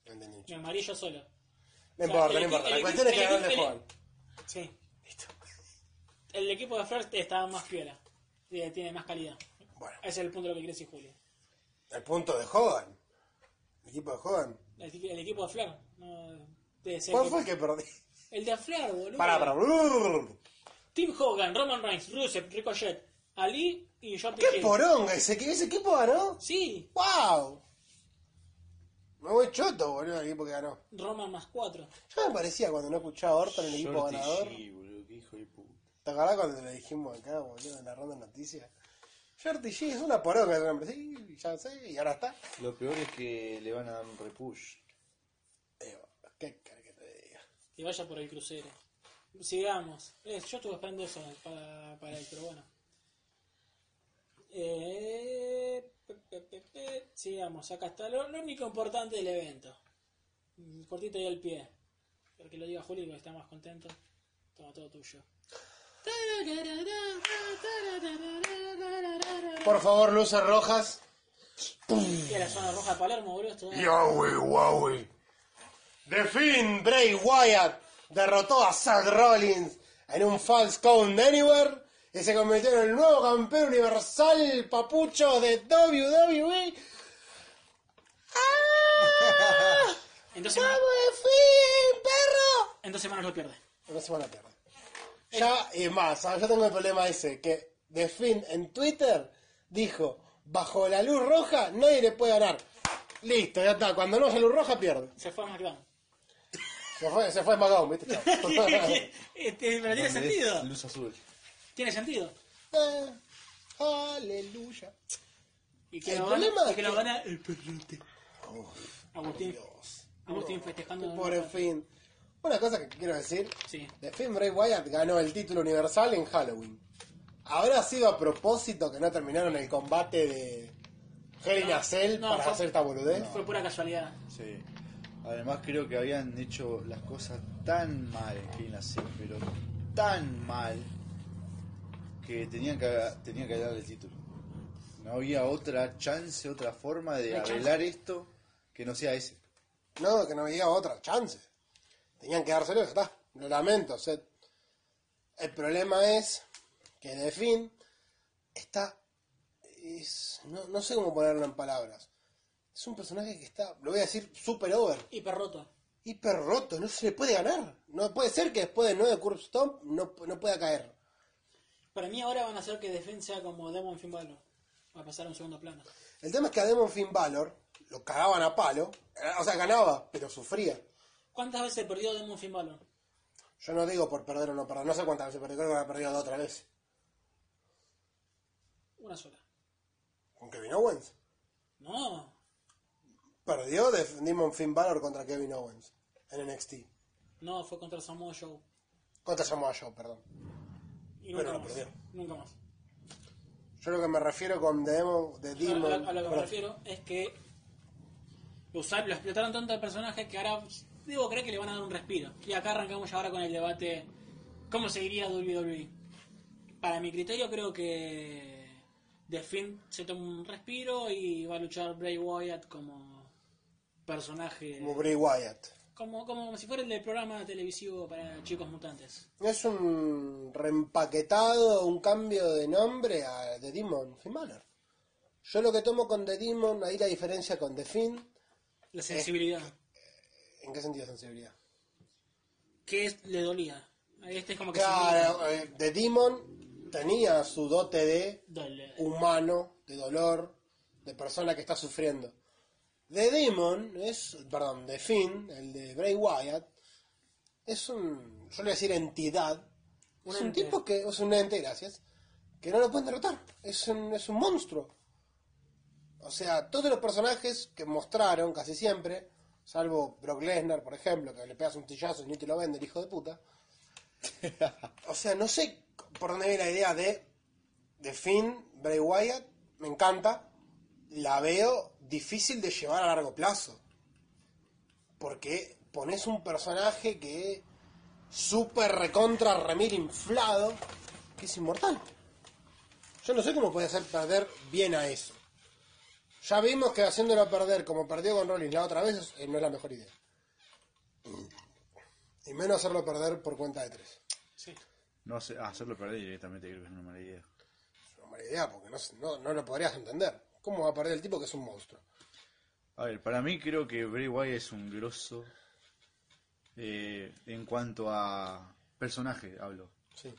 A: No entendí.
B: Me amarillo solo.
A: No
B: O sea,
A: importa, no
B: el
A: importa.
B: equi-
A: La
B: el
A: cuestión es que
B: equi-
A: ganó el de
B: el-
A: Hogan.
B: Sí. El equipo de Flair estaba más fiera. Tiene más calidad.
A: Bueno,
B: Ese es el punto de lo que quiere decir Julio.
A: El punto de Hogan. El equipo de Hogan.
B: El, equi- el equipo de Flair. No, de ese
A: ¿Cuál
B: equipo.
A: fue el que perdí?
B: El de Flair, boludo.
A: Para, para.
B: Tim Hogan, Roman Reigns, Rusev, Ricochet, Ali y Jordi
A: ¡Qué
B: Hill.
A: poronga! ¿Ese, ese equipo ganó?
B: Sí,
A: ¡Wow! Me voy choto, boludo, el equipo que ganó.
B: Roman más cuatro.
A: Yo me parecía cuando no escuchaba a Orton el equipo
E: Shorty
A: ganador.
E: G, boludo, qué hijo de puta.
A: ¿Te acordás cuando le dijimos acá, boludo, en la ronda de noticias? Shorty G es una poronga ese nombre, sí, ya sé, y ahora está.
E: Lo peor es que le van a dar un repush.
A: Digo, Eh, ¿Qué cara que te diga?
B: Que vaya por el crucero. Sigamos. Eh, yo estuve esperando eso para, para él, pero bueno. Eh, pe, pe, pe, pe. Sigamos. Acá está lo, lo único importante del evento. Mm, Cortito y al pie. Pero que lo diga Juli porque está más contento. Toma todo tuyo.
A: Por favor, luces rojas.
B: ¿Qué la zona roja de Palermo, boludo? Esto-
A: Yowie, wowie. De fin, Bray Wyatt derrotó a Seth Rollins en un False Count Anywhere y se convirtió en el nuevo campeón universal papucho de E. WWE. ¡Ah!
B: En dos semanas,
A: ¡Vamos de fin, perro!
B: en dos semanas lo pierde.
A: En una semana pierde. Ya, y más, ah, yo tengo el problema ese, que The Finn en Twitter dijo, bajo la luz roja nadie le puede ganar. Listo, ya está, cuando no es la luz roja pierde.
B: Se fue a McDonald's.
A: Se fue, se fue McDonald's, ¿viste? Chao.
B: *laughs*
A: *laughs*
B: Este, pero tiene
E: Donde es
B: sentido.
E: Luz azul.
B: Tiene sentido.
A: Eh, Aleluya.
B: Y que
A: El
B: lo
A: problema
B: gana,
A: es
B: y que lo
A: que-
B: gana el perrote. Agustín. Agustín festejando. la
A: Por el
B: derrota.
A: fin. Una cosa que quiero decir,
B: Sí.
A: The Finn Bray Wyatt ganó el título universal en Halloween. ¿Habrá sido a propósito que no terminaron el combate de Hell in
B: No,
A: a Cell
B: no,
A: para
B: fue-
A: hacer esta boludez?
B: Fue pura casualidad.
C: Sí. Además creo que habían hecho las cosas tan mal que en la serie, pero tan mal que tenían que tenían que darle el título. No había otra chance, otra forma de
B: No hay chance.
C: arreglar esto que no sea ese.
A: No, que no había otra chance. Tenían que dárselo, ya está. Lo lamento, Seth. El problema es que de fin está. es- no, no sé cómo ponerlo en palabras. Es un personaje que está, lo voy a decir, super over,
B: Y perrota.
A: hiper roto, no se le puede ganar. No puede ser que después de 9 Curve Stomp no, no pueda caer.
B: Para mí ahora van a hacer que defensa como Demon Finn Balor. Va a pasar a un segundo plano.
A: El tema es que a Demon Finn Balor lo cagaban a palo, eh, o sea, ganaba, pero sufría.
B: ¿Cuántas veces perdió Demon Finn Balor?
A: Yo no digo por perder o no perder, no sé cuántas veces perdió, creo que había perdido dos o tres veces.
B: Una sola.
A: Con Kevin Owens.
B: No.
A: Perdió de Demon Finn Balor contra Kevin Owens en NXT.
B: No, fue contra Samoa Joe.
A: Contra Samoa Joe, perdón.
B: Y
A: Pero
B: nunca
A: lo
B: más.
A: perdió.
B: Nunca más.
A: Yo lo que me refiero con The Demon... The
B: A lo,
A: Demon
B: a lo que me
A: bueno,
B: refiero es que lo, usa- lo explotaron tanto el personaje que ahora debo creer que le van a dar un respiro. Y acá arrancamos ya ahora con el debate cómo seguiría WWE. Para mi criterio creo que The Finn se toma un respiro y va a luchar Bray Wyatt como personaje
A: como Bray Wyatt.
B: como, como si fuera el del programa televisivo para chicos mutantes.
A: Es un reempaquetado, un cambio de nombre a The Demon Finn Balor. Yo lo que tomo con The Demon, ahí la diferencia con The Finn,
B: La sensibilidad.
A: ¿en qué sentido sensibilidad?
B: ¿Qué es- le dolía? Este es como que se-
A: Claro, eh, The Demon tenía su dote de
B: Dale.
A: humano, de dolor, de persona que está sufriendo. The Demon es, perdón, The Finn, el de Bray Wyatt, es un, yo le voy a decir entidad,
B: Un
A: es un
B: ente.
A: tipo que, es un ente, gracias, que no lo pueden derrotar, es un, es un monstruo. O sea, todos los personajes que mostraron casi siempre, salvo Brock Lesnar, por ejemplo, que le pegas un tillazo y ni te lo vende el hijo de puta. o sea, no sé por dónde viene la idea de de Finn, Bray Wyatt, me encanta. La veo difícil de llevar a largo plazo. Porque pones un personaje que es súper recontra remil inflado, que es inmortal. Yo no sé cómo puede hacer perder bien a eso. Ya vimos que haciéndolo perder como perdió con Rollins la otra vez eh, no es la mejor idea. Y menos hacerlo perder por cuenta de tres.
B: Sí.
C: No ah, sé, hacerlo perder directamente creo que es una mala idea.
A: Es una mala idea porque no, se- no, no lo podrías entender. ¿Cómo va a perder el tipo que es un monstruo?
C: A ver, para mí creo que Bray Wyatt es un grosso eh, en cuanto a personaje, hablo.
A: Sí.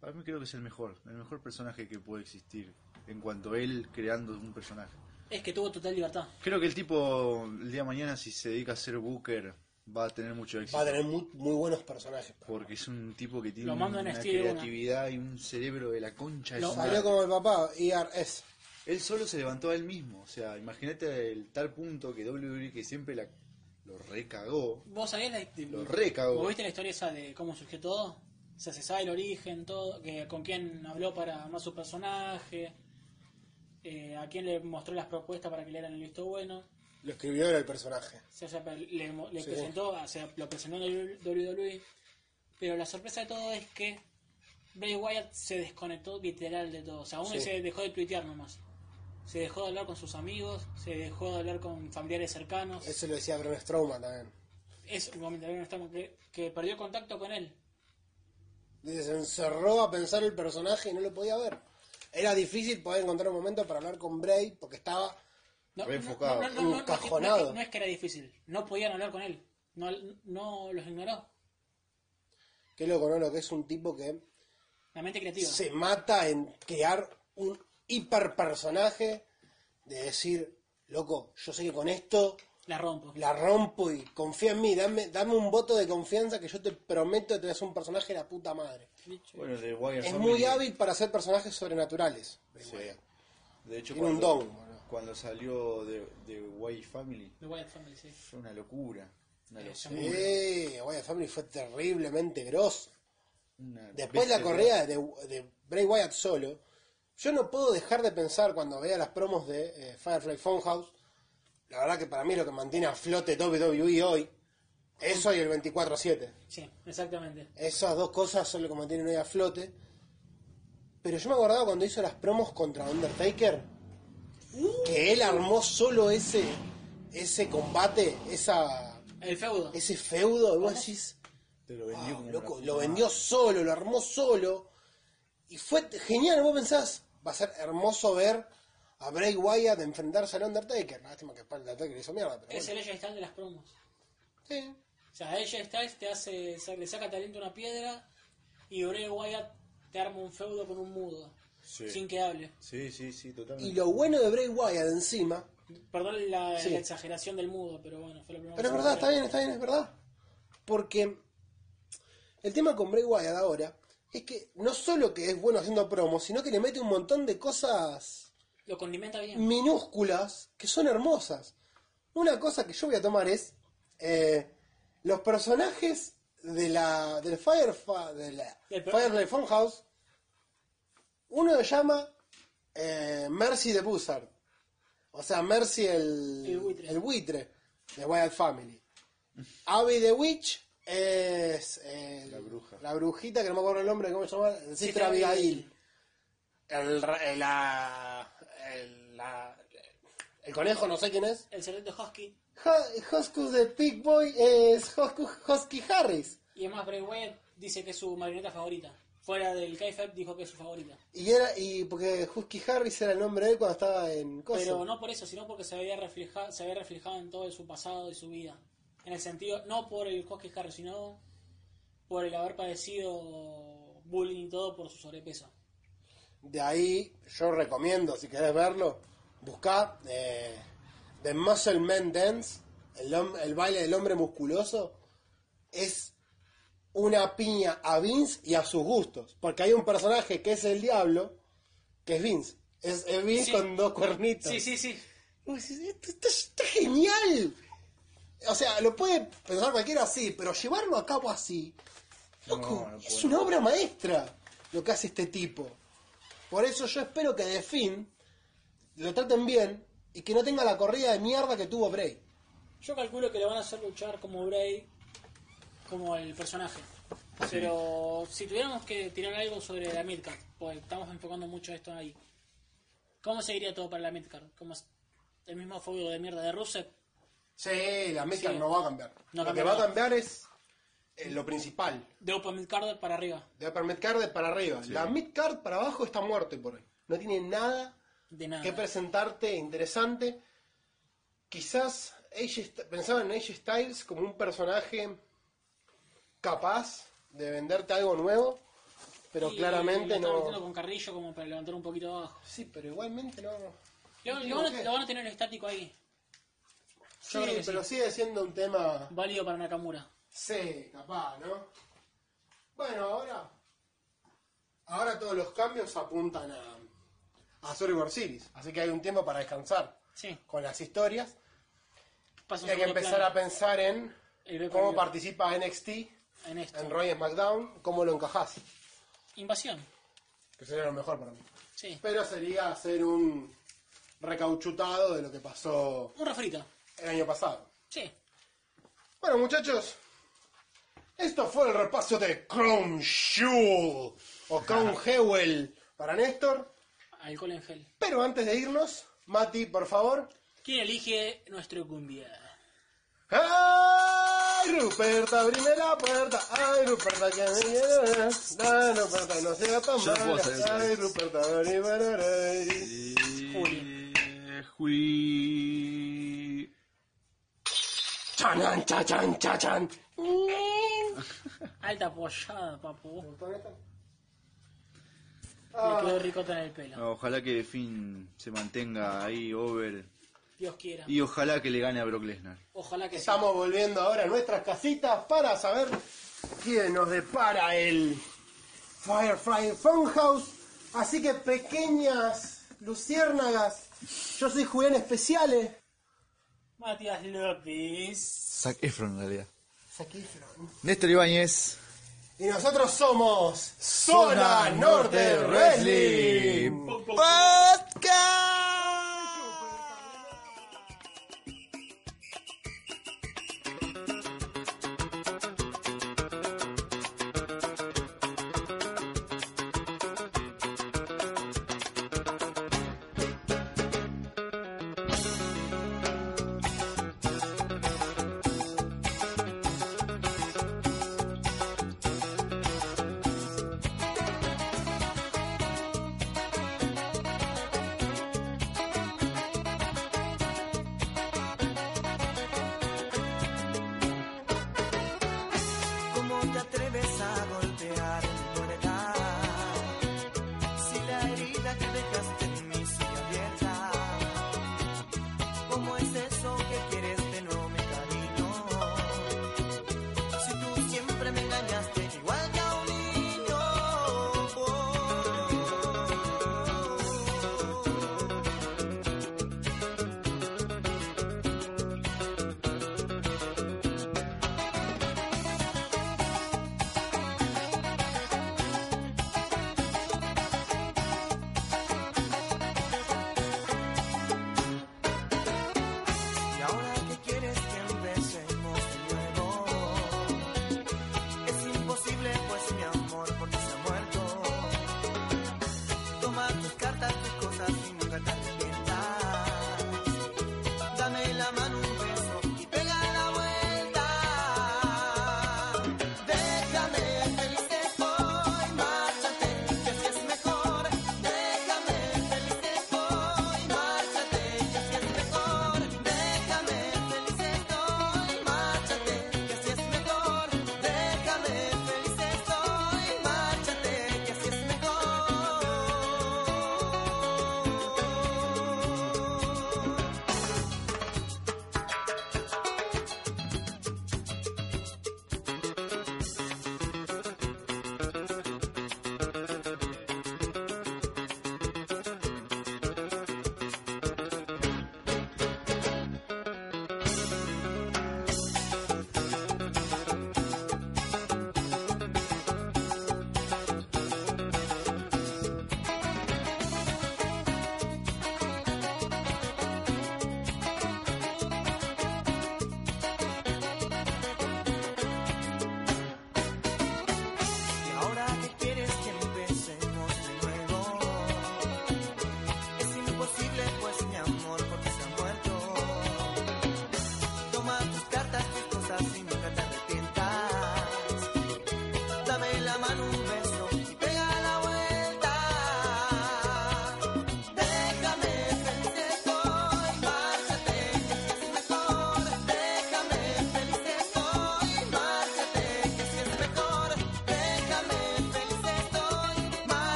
C: Para mí creo que es el mejor, el mejor personaje que puede existir en cuanto a él creando un personaje.
B: Es que tuvo total libertad.
C: Creo que el tipo el día de mañana si se dedica a ser Booker va a tener mucho éxito.
A: Va a tener muy, muy buenos personajes.
C: Porque es un tipo que tiene
B: Lo mando en
C: una
B: estilo, una-
C: creatividad y un cerebro de la concha. de
B: Lo-
C: su madre.
A: Salió como el papá, E ERS.
C: Él solo se levantó a él mismo. O sea, imagínate el tal punto que WWE que siempre la, lo recagó.
B: ¿Vos sabés la,
C: Lo recagó.
B: ¿Vos viste la historia esa de cómo surgió todo? O sea, se sabe el origen, todo, que, con quién habló para armar su personaje, eh, a quién le mostró las propuestas para que le dieran el visto bueno.
A: Lo escribió era el personaje.
B: O sea, o sea, le, mo- le
A: Sí.
B: presentó, o sea, lo presentó en WWE. E. Pero la sorpresa de todo es que Bray Wyatt se desconectó literal de todo. O sea, uno
A: Sí.
B: se dejó de tuitear nomás. Se dejó de hablar con sus amigos, se dejó de hablar con familiares cercanos.
A: Eso lo decía Braun Strowman también.
B: Es un momento que no estamos- que, que perdió contacto con él.
A: Dice, se encerró a pensar el personaje y no lo podía ver. Era difícil poder encontrar un momento para hablar con Bray porque estaba...
B: No,
C: Re
B: no,
C: enfocado,
B: no, no,
A: Uh,
B: no, no,
A: encajonado.
B: no es que- no es que era difícil, no podían hablar con él, no, no los ignoró.
A: Qué loco, ¿no? Lo que es un tipo que
B: La mente creativa.
A: se mata en crear un hiperpersonaje de decir, loco, yo sé que con esto
B: La rompo.
A: la rompo y confía en mí, dame, dame un voto de confianza que yo te prometo que te das un personaje de la puta madre.
C: Bueno, de Wyatt
A: Es
C: Family,
A: muy hábil para hacer personajes sobrenaturales.
C: Sí. De hecho,
A: Tiene un
C: cuando,
A: don, boludo.
C: cuando salió de, de Wyatt Family
B: The Wyatt Family, sí.
C: fue una locura. Una
B: Eh,
C: locura.
B: son-
A: Eh, Wyatt Family fue terriblemente grosso.
C: una
A: Después la
C: bestia.
A: correa de, de Bray Wyatt solo, yo no puedo dejar de pensar cuando vea las promos de eh, Firefly Funhouse, la verdad que para mí lo que mantiene a flote WWE hoy, eso y el 24-7.
B: Sí, exactamente.
A: Esas dos cosas son lo que mantienen hoy a flote. Pero yo me acordaba cuando hizo las promos contra Undertaker, que él armó solo ese, ese combate, esa,
B: El feudo.
A: ese feudo, y vos decís,
C: Te lo
A: Ah,
C: vendió como
A: loco,
C: una
A: lo
C: puta
A: vendió
C: madre.
A: solo, lo armó solo. Y fue t- genial, vos pensás, va a ser hermoso ver a Bray Wyatt enfrentarse al Undertaker. Lástima que el Undertaker le hizo mierda, pero
B: Es
A: bueno.
B: el AJ Styles de las promos.
A: Sí.
B: O sea, AJ Styles te hace, sa- le saca talento a una piedra y Bray Wyatt te arma un feudo con un mudo.
C: Sí.
B: Sin que hable.
C: Sí, sí, sí, totalmente.
A: Y lo bueno de Bray Wyatt encima,
B: Perdón la,
A: Sí.
B: la exageración del mudo, pero bueno, fue lo primero
A: pero es
B: que se
A: verdad,
B: me
A: está bien, está bien, es verdad. Porque el tema con Bray Wyatt ahora es que no solo que es bueno haciendo promos, sino que le mete un montón de cosas
B: Lo condimenta
A: Mm.
B: bien.
A: minúsculas que son hermosas. Una cosa que yo voy a tomar es eh, los personajes de la del Firefa, de la
B: Del pro-
A: Firelight Funhouse. Uno lo llama eh, Mercy the Buzzard, o sea Mercy el,
B: El buitre.
A: buitre de Wild Family. Abby the Witch es eh,
C: La bruja.
A: la brujita que no me acuerdo el nombre, ¿cómo se llama? Sister Abigail el, re- eh, la, el, la- el conejo no sé quién es
B: El secreto Husky.
A: Ha- Hosku de Pig Boy es Hosku, Hosky Harris
B: Y además Bray Wyatt dice que es su marioneta favorita. Fuera del KFEP dijo que es su favorita.
A: y era y porque Husky Harris era el nombre de él cuando estaba en Coso.
B: Pero no por eso, sino porque se había reflejado, se había reflejado en todo su pasado y su vida. En el sentido, no por el Husky Harry, sino por el haber padecido bullying y todo por su sobrepeso.
A: de ahí yo recomiendo si querés verlo buscar eh, The Muscle Man Dance el, hom- el baile del hombre musculoso es una piña a Vince y a sus gustos porque hay un personaje que es el diablo que es Vince es, es Vince
B: Sí.
A: con dos cuernitos
B: Sí, sí, sí.
A: Uy, sí, sí, Pues, esto está, está genial. O sea, lo puede pensar cualquiera así, pero llevarlo a cabo así, loco,
C: No, no
A: es
C: puedo.
A: una obra maestra lo que hace este tipo. Por eso yo espero que de fin lo traten bien y que no tenga la corrida de mierda que tuvo Bray.
B: Yo calculo que lo van a hacer luchar como Bray, como el personaje. Pero si tuviéramos que tirar algo sobre la midcard, pues estamos enfocando mucho esto ahí. ¿Cómo seguiría todo para la midcard? ¿Cómo es- el mismo fuego de mierda de Rusev?
A: Sí, la mezcla
B: Sí.
A: no va a cambiar. lo
B: No
A: que
B: cambia
A: va a
B: nada.
A: cambiar es eh, lo principal.
B: De Upper Midcard para arriba.
A: De upper midcard para arriba. La midcard para abajo está muerta por ahí. No tiene nada
B: De nada.
A: que presentarte interesante. Quizás AJ St- pensaba en AJ Styles como un personaje capaz de venderte algo nuevo, pero
B: Y lo
A: claramente
B: está
A: no.
B: metiendo con Carrillo como para levantar un poquito abajo.
A: Sí, pero igualmente no.
B: Lo, lo van, a, lo van a tener estático ahí.
A: Sí,
B: creo que
A: pero sigue siendo un tema.
B: Válido para Nakamura.
A: Sí, capaz, ¿no? Bueno, ahora. Ahora todos los cambios apuntan a. a Sorry Series, así que hay un tiempo para descansar
B: Sí.
A: con las historias.
B: Pasa
A: Y hay que empezar a pensar en
B: El pay-per-view.
A: cómo participa NXT
B: en esto.
A: en Roy SmackDown, cómo lo encajás,
B: Invasión.
A: que sería lo mejor para mí.
B: Sí.
A: Pero sería hacer un recauchutado de lo que pasó
B: Un refrito.
A: el año pasado.
B: Sí.
A: Bueno, muchachos, esto fue el repaso de Crown Jewel o *laughs* Crown Jewel para Néstor.
B: Alcohol en gel.
A: Pero antes de irnos, Mati, por favor.
B: ¿Quién elige nuestro cumbia?
A: Ay, Ruperta, abrime la puerta. Ay, Ruperta, que me lleve. Ay, Ruperta, no sea tan
C: Ya puedo
A: mala.
C: hacer eso.
A: Ay, Ruperta, abrime la puerta.
B: Juli.
C: Juli.
A: Chanan, chachan, chachan.
B: Alta apoyada, papu.
A: Ah.
B: Le quedó ricota en el pelo.
C: No, ojalá que Finn se mantenga ahí over.
B: Dios quiera.
C: Y ojalá que le gane a Brock Lesnar.
B: Ojalá que
A: Estamos volviendo ahora a nuestras casitas para saber quién nos depara el Firefly Funhouse. Así que pequeñas luciérnagas, yo soy Julián Especiales.
B: sí. Matías López.
C: Zac Efron, en realidad.
A: Saqué Efron.
C: Néstor Ibáñez.
A: Y nosotros somos Zona Norte Wrestling.
B: Pum, pum, pum.
C: ¡Ay!